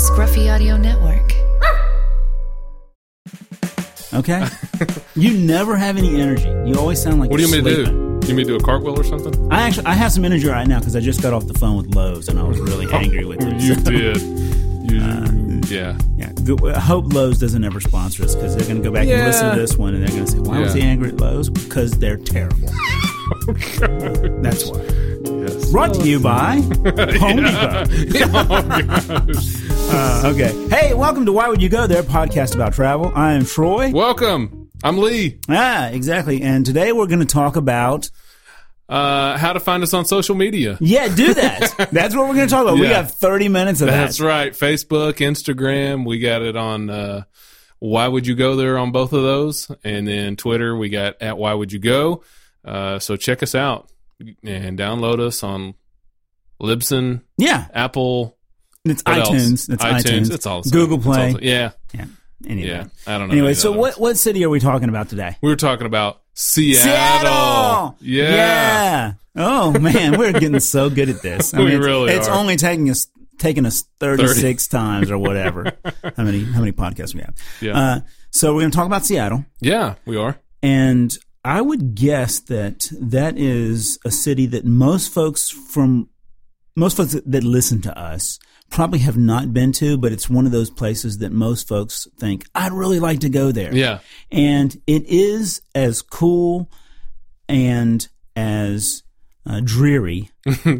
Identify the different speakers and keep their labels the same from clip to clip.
Speaker 1: Scruffy Audio Network.
Speaker 2: Okay. you never have any energy. You always sound like.
Speaker 3: What do you want me to
Speaker 2: sleeping.
Speaker 3: do? You want me to do a cartwheel or something?
Speaker 2: I actually I have some energy right now because I just got off the phone with Lowe's and I was really angry with them.
Speaker 3: Oh,
Speaker 2: Uh,
Speaker 3: You
Speaker 2: so-
Speaker 3: did. You, yeah.
Speaker 2: Yeah, good- I hope Lowe's doesn't ever sponsor us because they're going to go back and
Speaker 3: Yeah.
Speaker 2: listen to this one and they're going to say, "Why was
Speaker 3: Yeah. Oh,
Speaker 2: he angry at Lowe's? Because they're terrible." That's why. Brought to you by Home Depot.
Speaker 3: Oh,
Speaker 2: Uh, okay. Hey, welcome to Why Would You Go There podcast about travel. I am Troy.
Speaker 3: Welcome. I'm Lee.
Speaker 2: Ah, exactly. And today we're going to talk about
Speaker 3: Uh, how to find us on social media.
Speaker 2: yeah, do that. That's what we're going to talk about. We
Speaker 3: Yeah.
Speaker 2: got thirty minutes of
Speaker 3: That's
Speaker 2: that.
Speaker 3: right. Facebook, Instagram. We got it on. Uh, why would you go there on both of those? And then Twitter, we got at why would you go? Uh, so check us out and download us on Libsyn,
Speaker 2: Yeah,
Speaker 3: Apple,
Speaker 2: and it's
Speaker 3: what else?
Speaker 2: iTunes. It's iTunes.
Speaker 3: It's all the same.
Speaker 2: Google
Speaker 3: It's all
Speaker 2: Play.
Speaker 3: the- yeah,
Speaker 2: yeah. Anyway.
Speaker 3: yeah. I don't know.
Speaker 2: Anyway,
Speaker 3: any
Speaker 2: so
Speaker 3: other
Speaker 2: what what city are we talking about today?
Speaker 3: We were talking about Seattle. Yeah.
Speaker 2: Yeah. Oh man, we're getting so good at this. I
Speaker 3: We
Speaker 2: it's,
Speaker 3: really
Speaker 2: It's
Speaker 3: are.
Speaker 2: only taking us taking us thirty six times or whatever. how many how many podcasts we have?
Speaker 3: Yeah.
Speaker 2: Uh, so we're going to talk about Seattle,
Speaker 3: Yeah, we are.
Speaker 2: and I would guess that that is a city that most folks from most folks that that listen to us probably have not been to, but it's one of those places that most folks think I'd really like to go there
Speaker 3: Yeah.
Speaker 2: and it is as cool and as uh, dreary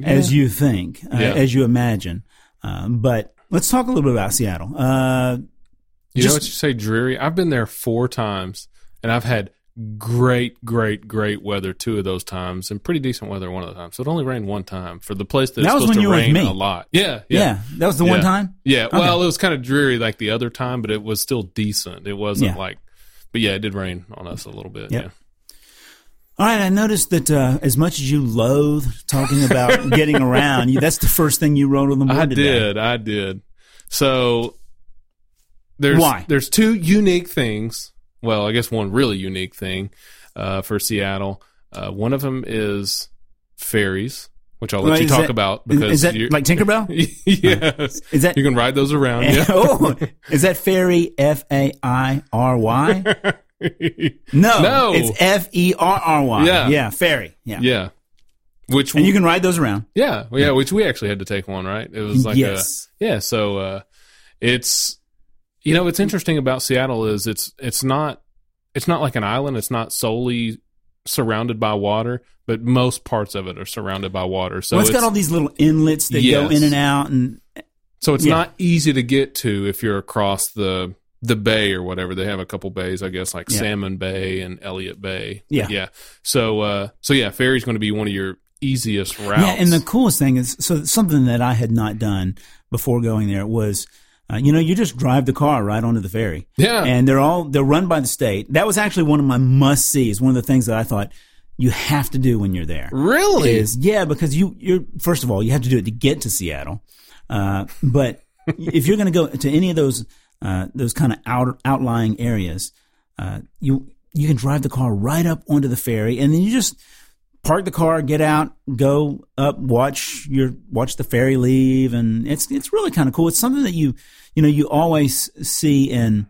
Speaker 2: as you think, uh,
Speaker 3: Yeah.
Speaker 2: as you imagine. Um, but let's talk a little bit about Seattle. Uh,
Speaker 3: You
Speaker 2: Just-
Speaker 3: know what you say, dreary? I've been there four times and I've had great, great, great weather two of those times and pretty decent weather one of the times. So it only rained one time for the place that's
Speaker 2: That was when
Speaker 3: supposed to
Speaker 2: you were with
Speaker 3: rain
Speaker 2: me.
Speaker 3: a lot. Yeah.
Speaker 2: yeah.
Speaker 3: Yeah.
Speaker 2: that was the one
Speaker 3: Yeah.
Speaker 2: time.
Speaker 3: Yeah, Well, it was kind of dreary like the other time, but it was still decent. It wasn't
Speaker 2: Yeah.
Speaker 3: like, but yeah, it did rain on us a little bit.
Speaker 2: Yep. All right, I noticed that uh, as much as you loathe talking about getting around, you, that's the first thing you wrote on the board
Speaker 3: I
Speaker 2: today.
Speaker 3: did. I did. So there's
Speaker 2: Why?
Speaker 3: there's two unique things. Well, I guess one really unique thing uh, for Seattle. Uh, one of them is ferries, which I'll let
Speaker 2: Well,
Speaker 3: you
Speaker 2: is
Speaker 3: talk
Speaker 2: that-
Speaker 3: about
Speaker 2: is-
Speaker 3: because
Speaker 2: is that
Speaker 3: you're-
Speaker 2: like Tinkerbell?
Speaker 3: yes,
Speaker 2: Is that-
Speaker 3: you can ride those around. Yeah.
Speaker 2: oh, is that fairy? F A I R Y? No,
Speaker 3: No.
Speaker 2: it's F E R R Y.
Speaker 3: Yeah.
Speaker 2: yeah, fairy. Yeah,
Speaker 3: yeah. Which
Speaker 2: and you can ride those around.
Speaker 3: Yeah, well, yeah, which we actually had to take one, right? It was like
Speaker 2: Yes.
Speaker 3: a yeah. So uh, it's you know it's interesting about Seattle is it's it's not it's not like an island. It's not solely surrounded by water, but most parts of it are surrounded by water. So
Speaker 2: well, it's got
Speaker 3: it's-
Speaker 2: all these little inlets that go
Speaker 3: Yes.
Speaker 2: in and out, and
Speaker 3: so it's
Speaker 2: yeah.
Speaker 3: not easy to get to if you're across the the bay or whatever. They have a couple bays, I guess, like
Speaker 2: Yeah.
Speaker 3: Salmon Bay and Elliott Bay.
Speaker 2: Yeah.
Speaker 3: yeah. So uh, so yeah, ferry's going to be one of your easiest routes.
Speaker 2: yeah. And the coolest thing is, so something that I had not done before going there was, uh, you know, you just drive the car right onto the ferry.
Speaker 3: Yeah.
Speaker 2: and they're all they're run by the state. That was actually one of my must sees. One of the things that I thought you have to do when you're there.
Speaker 3: really
Speaker 2: is yeah because you you're first of all you have to do it to get to Seattle, uh, but if you're going to go to any of those uh, those kind of out, outlying areas, uh, you you can drive the car right up onto the ferry and then you just park the car, get out, go up, watch your watch the ferry leave, and it's it's really kind of cool. It's something that you you know you always see in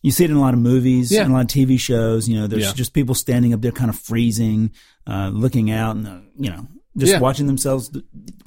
Speaker 2: you see it in a lot of movies
Speaker 3: Yeah.
Speaker 2: and a lot of TV shows. You know, there's
Speaker 3: Yeah.
Speaker 2: just people standing up there, kind of freezing, uh, looking out, and uh, you know, just
Speaker 3: Yeah.
Speaker 2: watching themselves.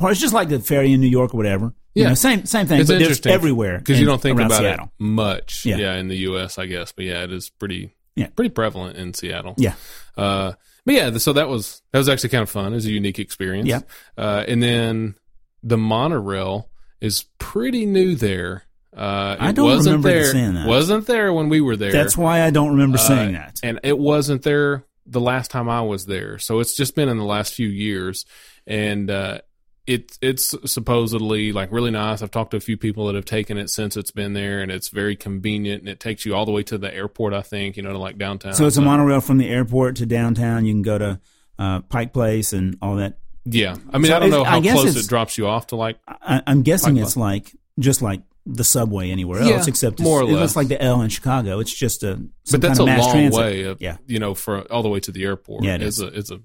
Speaker 2: It's just like the ferry in New York or whatever. You
Speaker 3: Yeah.
Speaker 2: know, same same thing.
Speaker 3: It's
Speaker 2: but there's
Speaker 3: interesting
Speaker 2: everywhere
Speaker 3: because you
Speaker 2: in-
Speaker 3: don't think
Speaker 2: around
Speaker 3: about
Speaker 2: Seattle.
Speaker 3: it much.
Speaker 2: Yeah.
Speaker 3: Yeah. in the U.S., I guess, but yeah, it is pretty
Speaker 2: Yeah.
Speaker 3: pretty prevalent in Seattle.
Speaker 2: Yeah.
Speaker 3: uh, but yeah, so that was that was actually kind of fun. It was a unique experience.
Speaker 2: Yeah.
Speaker 3: uh, and then the monorail is pretty new there. Uh,
Speaker 2: I
Speaker 3: it
Speaker 2: don't
Speaker 3: wasn't
Speaker 2: remember
Speaker 3: there,
Speaker 2: seeing that.
Speaker 3: Wasn't there when we were there.
Speaker 2: That's why I don't remember saying
Speaker 3: Uh,
Speaker 2: that.
Speaker 3: And it wasn't there the last time I was there. So it's just been in the last few years. And uh, it, it's supposedly like really nice. I've talked to a few people that have taken it since it's been there, and it's very convenient. And it takes you all the way to the airport, I think, you know, to like downtown.
Speaker 2: So it's a monorail from the airport to downtown. You can go to uh, Pike Place and all that.
Speaker 3: Yeah. I mean,
Speaker 2: So
Speaker 3: I don't know
Speaker 2: it's- I
Speaker 3: how
Speaker 2: guess
Speaker 3: close
Speaker 2: it's-
Speaker 3: it drops you off to like.
Speaker 2: I, I'm guessing
Speaker 3: Pike
Speaker 2: it's like just like the subway anywhere
Speaker 3: Yeah,
Speaker 2: else, except it's,
Speaker 3: more or
Speaker 2: it looks
Speaker 3: less.
Speaker 2: like the L in Chicago. It's just a some
Speaker 3: But that's
Speaker 2: kind of
Speaker 3: a
Speaker 2: mass
Speaker 3: long
Speaker 2: transit.
Speaker 3: way, of,
Speaker 2: Yeah.
Speaker 3: you know, for all the way to the airport.
Speaker 2: Yeah, it
Speaker 3: it's
Speaker 2: is.
Speaker 3: a it's a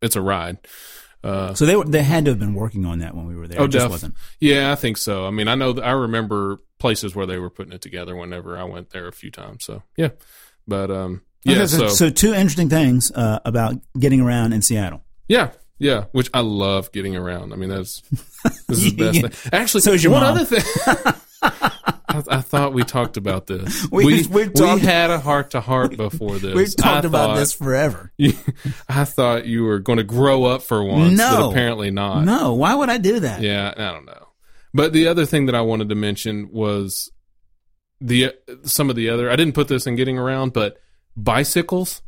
Speaker 3: it's a ride. Uh,
Speaker 2: So they were, they had to have been working on that when we were there.
Speaker 3: Oh,
Speaker 2: it just
Speaker 3: def-
Speaker 2: wasn't.
Speaker 3: yeah, I think so. I mean, I know th- I remember places where they were putting it together whenever I went there a few times. So yeah, but um, yeah,
Speaker 2: Okay,
Speaker 3: so,
Speaker 2: two interesting things uh, about getting around in Seattle.
Speaker 3: yeah, yeah, which I love getting around. I mean, that's this is the best
Speaker 2: Yeah.
Speaker 3: thing. Actually,
Speaker 2: So is your
Speaker 3: one
Speaker 2: mom.
Speaker 3: other thing. I, I thought we talked about this.
Speaker 2: We-
Speaker 3: We we,
Speaker 2: we talked-
Speaker 3: had a heart to heart before this.
Speaker 2: We've talked
Speaker 3: I
Speaker 2: about
Speaker 3: thought-
Speaker 2: this forever.
Speaker 3: I thought you were going to grow up for once,
Speaker 2: No.
Speaker 3: but apparently not.
Speaker 2: No, why would I do that?
Speaker 3: Yeah, I don't know. But the other thing that I wanted to mention was the some of the other. I didn't put this in getting around, but bicycles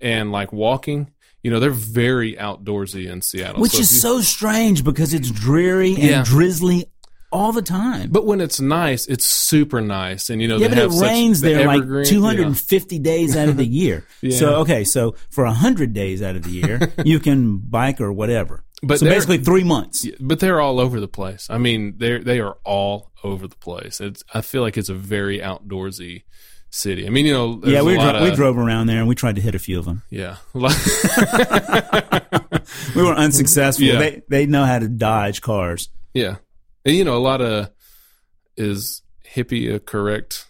Speaker 3: and like walking. You know, they're very outdoorsy in Seattle,
Speaker 2: Which
Speaker 3: if
Speaker 2: is
Speaker 3: you-
Speaker 2: so strange because it's dreary and
Speaker 3: Yeah.
Speaker 2: drizzly all the time.
Speaker 3: But when it's nice, it's super nice, and you know,
Speaker 2: yeah,
Speaker 3: they
Speaker 2: but it
Speaker 3: have such-
Speaker 2: rains
Speaker 3: the
Speaker 2: there
Speaker 3: evergreen-
Speaker 2: like
Speaker 3: yeah.
Speaker 2: 250 days out of the year.
Speaker 3: Yeah.
Speaker 2: So okay, so for 100 days out of the year, you can bike or whatever.
Speaker 3: But
Speaker 2: so
Speaker 3: there-
Speaker 2: basically 3 months.
Speaker 3: But they're all over the place. I mean, they they are all over the place. It's I feel like it's a very outdoorsy city. I mean, you know,
Speaker 2: yeah,
Speaker 3: there's
Speaker 2: we,
Speaker 3: a lot
Speaker 2: dro- we
Speaker 3: of-
Speaker 2: drove around there and we tried to hit a few of them.
Speaker 3: Yeah, a lot-
Speaker 2: We were unsuccessful.
Speaker 3: Yeah.
Speaker 2: They they know how to dodge cars.
Speaker 3: Yeah. And, you know, a lot of is hippie a correct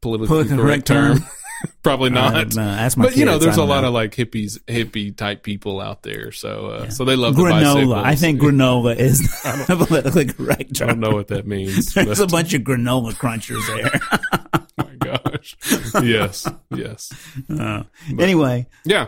Speaker 3: politically
Speaker 2: Politically
Speaker 3: correct,
Speaker 2: correct
Speaker 3: term? Probably
Speaker 2: I
Speaker 3: not.
Speaker 2: don't know. Ask my
Speaker 3: But you know,
Speaker 2: kids.
Speaker 3: there's
Speaker 2: I
Speaker 3: a
Speaker 2: don't
Speaker 3: lot
Speaker 2: know.
Speaker 3: of like hippies, hippie type people out there. So, uh, so they love The bicycles.
Speaker 2: granola. I think granola is the politically correct
Speaker 3: I don't
Speaker 2: term.
Speaker 3: know what that means.
Speaker 2: There's
Speaker 3: But,
Speaker 2: a bunch of granola crunchers there.
Speaker 3: oh my gosh. Yes. Yes.
Speaker 2: Uh, anyway,
Speaker 3: Yeah.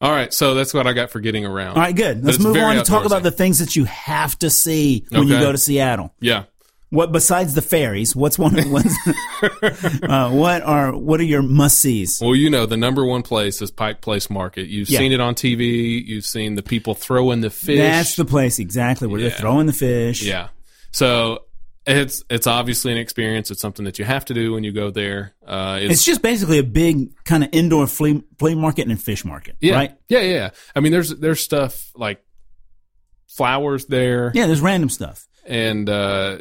Speaker 3: All right. So that's what I got for getting around.
Speaker 2: all right, good. Let's
Speaker 3: it's
Speaker 2: move
Speaker 3: very
Speaker 2: on and talk about
Speaker 3: outdoorsy.
Speaker 2: the things that you have to see when you
Speaker 3: Okay.
Speaker 2: go to Seattle.
Speaker 3: Yeah.
Speaker 2: What besides the ferries? What's one of the ones? uh, what are what are your must sees?
Speaker 3: Well, you know, the number one place is Pike Place Market. You've
Speaker 2: Yeah.
Speaker 3: seen it on TV. You've seen the people throwing the fish.
Speaker 2: That's the place exactly where
Speaker 3: Yeah.
Speaker 2: they're throwing the fish.
Speaker 3: Yeah. So it's it's obviously an experience. It's something that you have to do when you go there. Uh, it's,
Speaker 2: It's just basically a big kind of indoor flea, flea market and fish market,
Speaker 3: yeah,
Speaker 2: right?
Speaker 3: yeah, yeah. I mean, there's there's stuff like flowers there,
Speaker 2: Yeah, there's random stuff.
Speaker 3: and uh,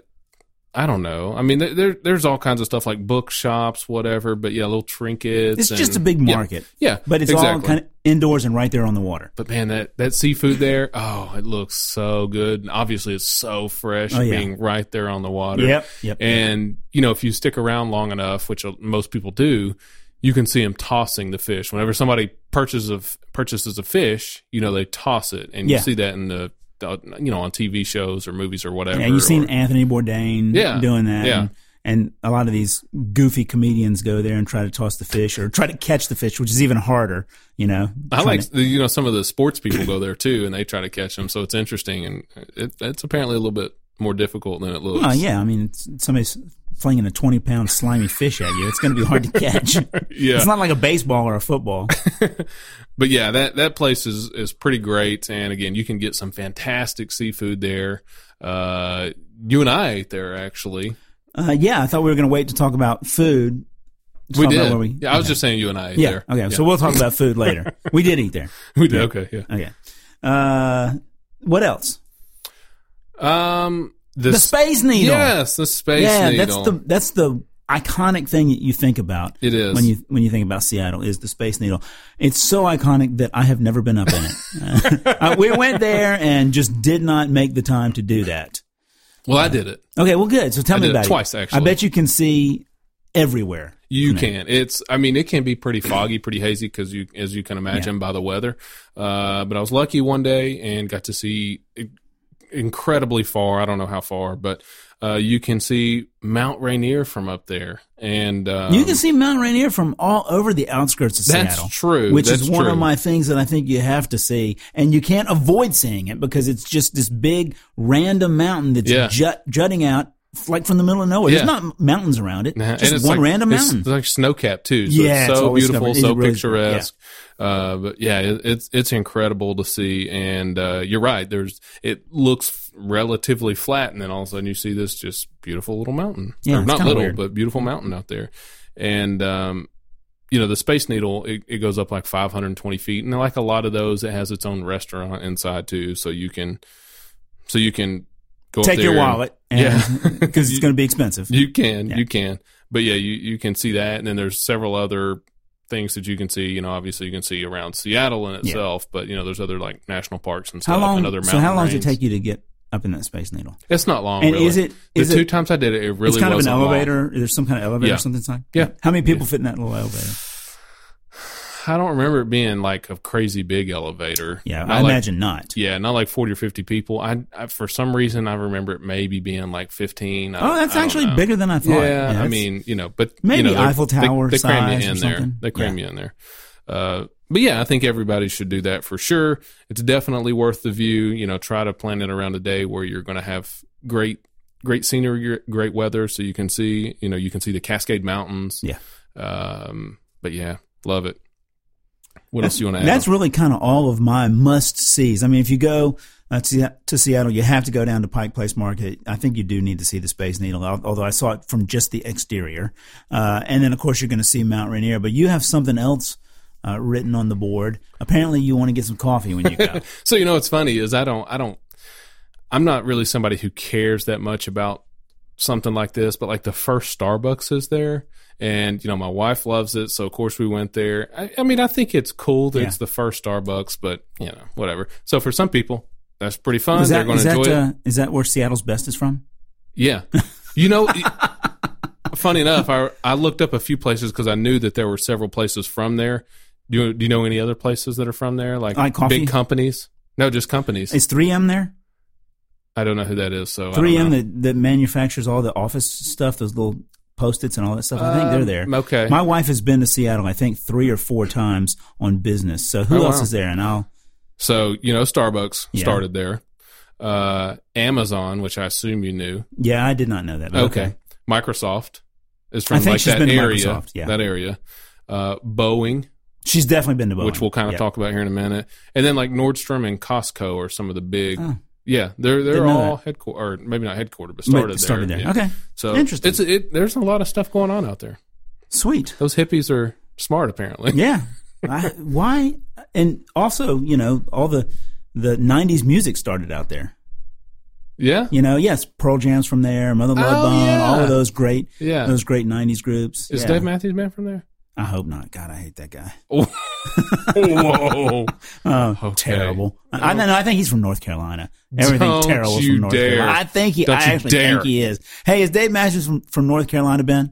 Speaker 3: I don't know. I mean, there- there there's all kinds of stuff like bookshops, whatever. But yeah, little trinkets.
Speaker 2: It's
Speaker 3: and-
Speaker 2: just a big
Speaker 3: yeah,
Speaker 2: market,
Speaker 3: Yeah,
Speaker 2: but it's all kind of indoors and right there on the water.
Speaker 3: But man, that, that seafood there, oh, it looks so good. And obviously, it's so fresh
Speaker 2: Oh, yeah.
Speaker 3: being right there on the water.
Speaker 2: Yep.
Speaker 3: And you know, if you stick around long enough, which uh, most people do, you can see them tossing the fish. Whenever somebody purchases a, purchases a fish, you know they toss it, and
Speaker 2: Yeah.
Speaker 3: you see that in the uh, you know on TV shows or movies or whatever.
Speaker 2: Yeah, you've seen
Speaker 3: or-
Speaker 2: Anthony Bourdain
Speaker 3: Yeah,
Speaker 2: doing that.
Speaker 3: yeah.
Speaker 2: And, and a lot of these goofy comedians go there and try to toss the fish or try to catch the fish, which is even harder, you know.
Speaker 3: I
Speaker 2: trying
Speaker 3: like
Speaker 2: to-
Speaker 3: the- you know some of the sports people go there too, and they try to catch them. So it's interesting, and it, it's apparently a little bit more difficult than it looks.
Speaker 2: Oh, yeah. I mean, it's, somebody's flinging a 20 pound slimy fish at you. It's going to be hard to catch.
Speaker 3: yeah.
Speaker 2: It's not like a baseball or a football.
Speaker 3: but yeah, that that place is is pretty great, and again, you can get some fantastic seafood there. Uh, you and I ate there actually.
Speaker 2: Uh, yeah, I thought we were going to wait to talk about food. to
Speaker 3: We
Speaker 2: talk about
Speaker 3: did.
Speaker 2: where we-
Speaker 3: yeah, Oh, I was just saying you and I ate
Speaker 2: yeah.
Speaker 3: there.
Speaker 2: Okay. So we'll talk about food later. we did eat there.
Speaker 3: we did. Okay, yeah.
Speaker 2: Okay. Uh, what else?
Speaker 3: Um, the,
Speaker 2: The Space Needle.
Speaker 3: Yes, the space
Speaker 2: yeah,
Speaker 3: needle.
Speaker 2: that's the that's the iconic thing that you think about
Speaker 3: it is.
Speaker 2: when you when you think about Seattle is the Space Needle. It's so iconic that I have never been up in it. Uh, we went there and just did not make the time to do that.
Speaker 3: well, I did it.
Speaker 2: Okay, well, good. So tell
Speaker 3: I
Speaker 2: me
Speaker 3: did
Speaker 2: about
Speaker 3: it twice
Speaker 2: it.
Speaker 3: actually.
Speaker 2: I bet you can see everywhere.
Speaker 3: You can. It's. I mean, it can be pretty foggy, pretty hazy, because you, as you can imagine, by the weather. Uh, but I was lucky one day and got to see i- incredibly far. I don't know how far, but uh, you can see Mount Rainier from up there, and um,
Speaker 2: you can see Mount Rainier from all over the outskirts of
Speaker 3: That's
Speaker 2: Seattle.
Speaker 3: true.
Speaker 2: Which
Speaker 3: That's
Speaker 2: is one of
Speaker 3: true.
Speaker 2: my things that I think you have to see, and you can't avoid seeing it because it's just this big random mountain that's
Speaker 3: Yeah.
Speaker 2: jut, jutting out like from the middle of nowhere.
Speaker 3: Yeah.
Speaker 2: There's not m- mountains around it.
Speaker 3: Nah,
Speaker 2: Just one
Speaker 3: like,
Speaker 2: random
Speaker 3: it's-
Speaker 2: mountain.
Speaker 3: It's, like snow capped too. So
Speaker 2: Yeah,
Speaker 3: it's
Speaker 2: it's
Speaker 3: so
Speaker 2: always
Speaker 3: beautiful,
Speaker 2: covered. It
Speaker 3: so
Speaker 2: really is-
Speaker 3: picturesque. Uh, but yeah, it, it's it's incredible to see. And uh, you're right. There's it looks relatively flat, and then all of a sudden you see this just beautiful little mountain.
Speaker 2: Yeah,
Speaker 3: Or
Speaker 2: it's
Speaker 3: not
Speaker 2: kinda
Speaker 3: little,
Speaker 2: weird.
Speaker 3: but beautiful mountain out there. And um, you know the Space Needle, it, it goes up like 520 feet, and like a lot of those, it has its own restaurant inside too, so you can so you can go up
Speaker 2: Take your
Speaker 3: there and-
Speaker 2: wallet, and, because it's going to be expensive.
Speaker 3: you can,
Speaker 2: Yeah.
Speaker 3: you can, but yeah, you you can see that, and then there's several other things that you can see. You know, obviously you can see around Seattle in itself, but you know, there's other like national parks and stuff
Speaker 2: How long?
Speaker 3: and other mountain
Speaker 2: so how long does it
Speaker 3: ranges.
Speaker 2: take you to get up in that space needle?
Speaker 3: It's not long.
Speaker 2: and
Speaker 3: really.
Speaker 2: is it?
Speaker 3: the
Speaker 2: Is
Speaker 3: two
Speaker 2: it?
Speaker 3: times I did it? It really
Speaker 2: It's kind of an
Speaker 3: wasn't long.
Speaker 2: elevator. There's some kind of elevator
Speaker 3: Yeah.
Speaker 2: or something. Like?
Speaker 3: Yeah.
Speaker 2: How many people fit in that little elevator?
Speaker 3: I don't remember it being like a crazy big elevator.
Speaker 2: Yeah,
Speaker 3: Not
Speaker 2: I
Speaker 3: like-
Speaker 2: imagine not.
Speaker 3: Yeah, not like forty or fifty people. I, I for some reason I remember it maybe being like fifteen. I-
Speaker 2: Oh, that's
Speaker 3: I don't
Speaker 2: actually
Speaker 3: know.
Speaker 2: bigger than I thought.
Speaker 3: Yeah, I
Speaker 2: that's-
Speaker 3: mean, you know, but you
Speaker 2: Maybe
Speaker 3: know, they're-
Speaker 2: Eiffel Tower
Speaker 3: they, they cram
Speaker 2: size
Speaker 3: you
Speaker 2: or
Speaker 3: in there.
Speaker 2: something.
Speaker 3: They cram
Speaker 2: Yeah.
Speaker 3: you in there. Uh, but yeah, I think everybody should do that for sure. It's definitely worth the view. You know, try to plan it around a day where you're going to have great, great scenery, gr- great weather, so you can see. You know, you can see the Cascade Mountains.
Speaker 2: Yeah.
Speaker 3: Um, but yeah, love it. What else
Speaker 2: that's,
Speaker 3: do you want to add?
Speaker 2: that's really kind of all of my must sees. I mean, if you go uh, to, to Seattle, you have to go down to Pike Place Market. I think you do need to see the Space Needle, al- although I saw it from just the exterior. Uh, and then, of course, you're going to see Mount Rainier, but you have something else uh, written on the board. Apparently, you want to get some coffee when you go.
Speaker 3: So you know what's funny is I don't I don't I'm not really somebody who cares that much about something like this, but like the first Starbucks is there and you know my wife loves it, so of course we went there. I, I mean I think it's cool that
Speaker 2: Yeah.
Speaker 3: it's the first Starbucks, but you know, whatever. So for some people that's pretty fun.
Speaker 2: Is
Speaker 3: They're
Speaker 2: that,
Speaker 3: gonna
Speaker 2: is, that,
Speaker 3: enjoy it.
Speaker 2: uh, is that where Seattle's best is from?
Speaker 3: Yeah. You know, it- funny enough, I, I looked up a few places because I knew that there were several places from there. Do you, do you know any other places that are from there? Like,
Speaker 2: Like coffee?
Speaker 3: big companies? No, just companies.
Speaker 2: Is 3M there?
Speaker 3: I don't know who that is. So I don't
Speaker 2: 3M
Speaker 3: know.
Speaker 2: that, that manufactures all the office stuff, those little post-its and all that stuff. I think
Speaker 3: Um,
Speaker 2: they're there.
Speaker 3: okay.
Speaker 2: My wife has been to Seattle, I think, three or four times on business. So who
Speaker 3: Oh,
Speaker 2: else
Speaker 3: wow.
Speaker 2: is there? And I'll
Speaker 3: So you know, Starbucks
Speaker 2: Yeah.
Speaker 3: started there. Uh, Amazon, which I assume you knew.
Speaker 2: yeah, I did not know that. but
Speaker 3: Okay. Microsoft is from
Speaker 2: I think
Speaker 3: like
Speaker 2: she's
Speaker 3: that
Speaker 2: been to
Speaker 3: area.
Speaker 2: Microsoft, yeah.
Speaker 3: That area. Uh, Boeing,
Speaker 2: she's definitely been to Boeing,
Speaker 3: which we'll kind of
Speaker 2: Yeah.
Speaker 3: talk about here in a minute, and then like Nordstrom and Costco are some of the big.
Speaker 2: Oh.
Speaker 3: Yeah, they're they're
Speaker 2: Didn't know
Speaker 3: all headquarter, or maybe not headquarter, but
Speaker 2: But
Speaker 3: started there.
Speaker 2: started there.
Speaker 3: Yeah.
Speaker 2: Okay,
Speaker 3: So
Speaker 2: Interesting.
Speaker 3: It's it, there's a lot of stuff going on out there.
Speaker 2: sweet.
Speaker 3: Those hippies are smart, apparently.
Speaker 2: Yeah. I, why? And also, you know, all the the '90s music started out there.
Speaker 3: Yeah,
Speaker 2: You know, yes, Pearl Jam's from there, Mother Love
Speaker 3: Oh,
Speaker 2: Bone,
Speaker 3: yeah.
Speaker 2: all of those great,
Speaker 3: yeah.
Speaker 2: those great '90s groups.
Speaker 3: Is
Speaker 2: Yeah.
Speaker 3: Dave Matthews Band from there?
Speaker 2: I hope not. God, I hate that guy.
Speaker 3: Whoa.
Speaker 2: Oh,
Speaker 3: Okay.
Speaker 2: terrible! I, I, no, I think he's from North Carolina. Everything
Speaker 3: Don't
Speaker 2: terrible
Speaker 3: you
Speaker 2: from North
Speaker 3: dare.
Speaker 2: Carolina. I think he.
Speaker 3: Don't
Speaker 2: I
Speaker 3: you
Speaker 2: actually
Speaker 3: dare.
Speaker 2: think he is. Hey, is Dave Matthews from, from North Carolina? Ben.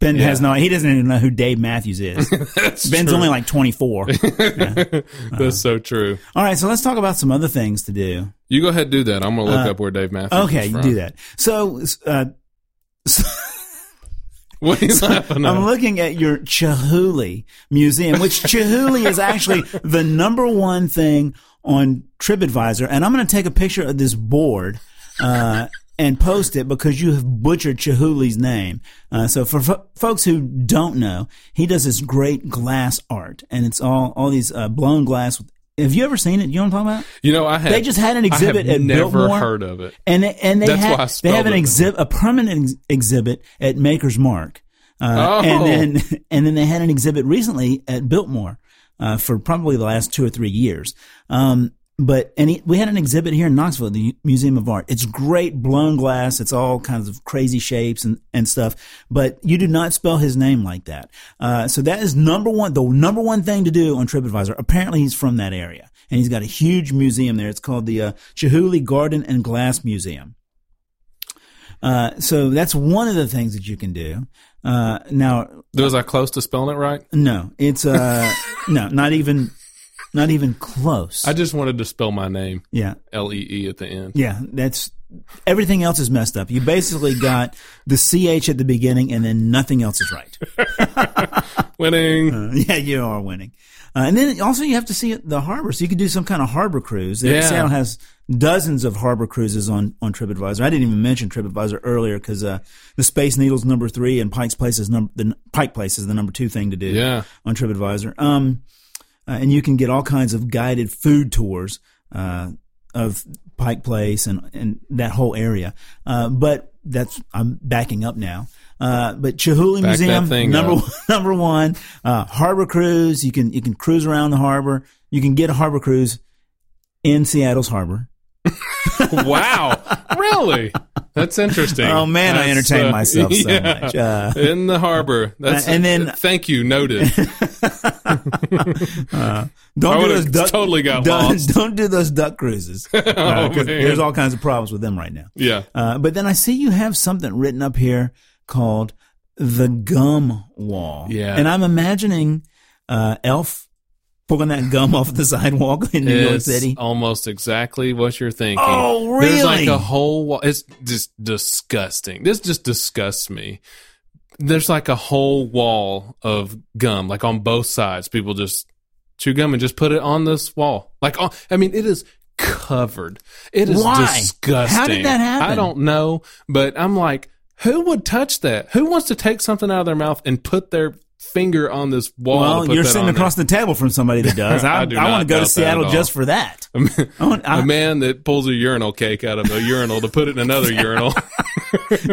Speaker 2: Ben
Speaker 3: Yeah.
Speaker 2: has no. He doesn't even know who Dave Matthews is.
Speaker 3: That's
Speaker 2: Ben's
Speaker 3: true.
Speaker 2: only like twenty four.
Speaker 3: That's so true.
Speaker 2: All right, so let's talk about some other things to do.
Speaker 3: You go ahead and do that. I'm going to look up where Dave Matthews
Speaker 2: Uh, Okay,
Speaker 3: is
Speaker 2: you
Speaker 3: from.
Speaker 2: do that. So. Uh,
Speaker 3: What are you laughing at?
Speaker 2: I'm looking at your Chihuly Museum, which Chihuly is actually the number one thing on TripAdvisor. And I'm going to take a picture of this board uh, and post it because you have butchered Chihuly's name. Uh, so for fo- folks who don't know, he does this great glass art, and it's all all these uh, blown glass. Have you ever seen it? You know what I'm talking about?
Speaker 3: you know, I have,
Speaker 2: They just had an
Speaker 3: I have
Speaker 2: exhibit at
Speaker 3: never
Speaker 2: Biltmore.
Speaker 3: heard of it.
Speaker 2: And they, and they
Speaker 3: That's why I
Speaker 2: have, they
Speaker 3: spelled
Speaker 2: have an
Speaker 3: it that
Speaker 2: exhibit a permanent ex- exhibit at Maker's Mark. Uh,
Speaker 3: Oh.
Speaker 2: and then and then they had an exhibit recently at Biltmore uh, for probably the last two or three years. Um, but and he, we had an exhibit here in Knoxville, at the U- Museum of Art. It's great blown glass. It's all kinds of crazy shapes and, and stuff. But you do not spell his name like that. Uh, so that is number one, the number one thing to do on TripAdvisor. Apparently, he's from that area, and he's got a huge museum there. It's called the uh, Chihuly Garden and Glass Museum. Uh, so that's one of the things that you can do. Uh, now,
Speaker 3: Was I close to spelling it right?
Speaker 2: no, it's uh, no, not even, not even close.
Speaker 3: I just wanted to spell my name
Speaker 2: yeah,
Speaker 3: L E E at the end.
Speaker 2: yeah, that's everything else is messed up. You basically got the ch at the beginning, and then nothing else is right.
Speaker 3: Winning.
Speaker 2: yeah, you are winning. Uh, and then also you have to see the harbor, so you could do some kind of harbor cruise.
Speaker 3: Yeah.
Speaker 2: Seattle has dozens of harbor cruises on on TripAdvisor. I didn't even mention TripAdvisor earlier because uh, the Space Needle's number three and Pike's Place is number the n- Pike Place is the number two thing to do
Speaker 3: Yeah.
Speaker 2: on TripAdvisor. Um, uh, and you can get all kinds of guided food tours uh, of Pike Place and, and that whole area. Uh, but that's I'm backing up now. Uh, but Chihuly
Speaker 3: Back that
Speaker 2: Museum,
Speaker 3: thing
Speaker 2: number
Speaker 3: up.
Speaker 2: one, number one, uh, harbor cruise. You can you can cruise around the harbor. You can get a harbor cruise in Seattle's harbor.
Speaker 3: wow, really? That's interesting.
Speaker 2: Uh-huh. Oh man, I
Speaker 3: That's,
Speaker 2: entertain
Speaker 3: uh,
Speaker 2: myself so
Speaker 3: yeah.
Speaker 2: much. Uh,
Speaker 3: in the harbor. That's,
Speaker 2: Uh, and then-
Speaker 3: thank you, noted. I
Speaker 2: don't do
Speaker 3: would've
Speaker 2: those duck,
Speaker 3: totally got
Speaker 2: don't,
Speaker 3: lost. Oh,
Speaker 2: don't do those duck cruises. Uh, 'cause
Speaker 3: man.
Speaker 2: there's all kinds of problems with them right now.
Speaker 3: yeah,
Speaker 2: Uh, but then I see you have something written up here called the gum wall.
Speaker 3: Yeah.
Speaker 2: And I'm imagining uh, Elf pulling that gum off the sidewalk in New York
Speaker 3: It's
Speaker 2: City.
Speaker 3: almost exactly what you're thinking.
Speaker 2: Oh,
Speaker 3: There's like
Speaker 2: really?
Speaker 3: a whole. wa- It's just disgusting. This just disgusts me. There's like a whole wall of gum, like on both sides. People just chew gum and just put it on this wall. Like, on, I mean, it is covered. It is
Speaker 2: Why?
Speaker 3: disgusting.
Speaker 2: How did that happen?
Speaker 3: I don't know, but I'm like, who would touch that? Who wants to take something out of their mouth and put their finger on this wall? and
Speaker 2: Well,
Speaker 3: put
Speaker 2: you're
Speaker 3: that
Speaker 2: sitting
Speaker 3: on there?
Speaker 2: across the table from somebody that does. I,
Speaker 3: I
Speaker 2: I,
Speaker 3: do
Speaker 2: want
Speaker 3: not
Speaker 2: to go
Speaker 3: doubt
Speaker 2: to
Speaker 3: that at
Speaker 2: Seattle
Speaker 3: all.
Speaker 2: just for that. I want- I-
Speaker 3: a man that pulls a urinal cake out of a urinal to put it in another urinal.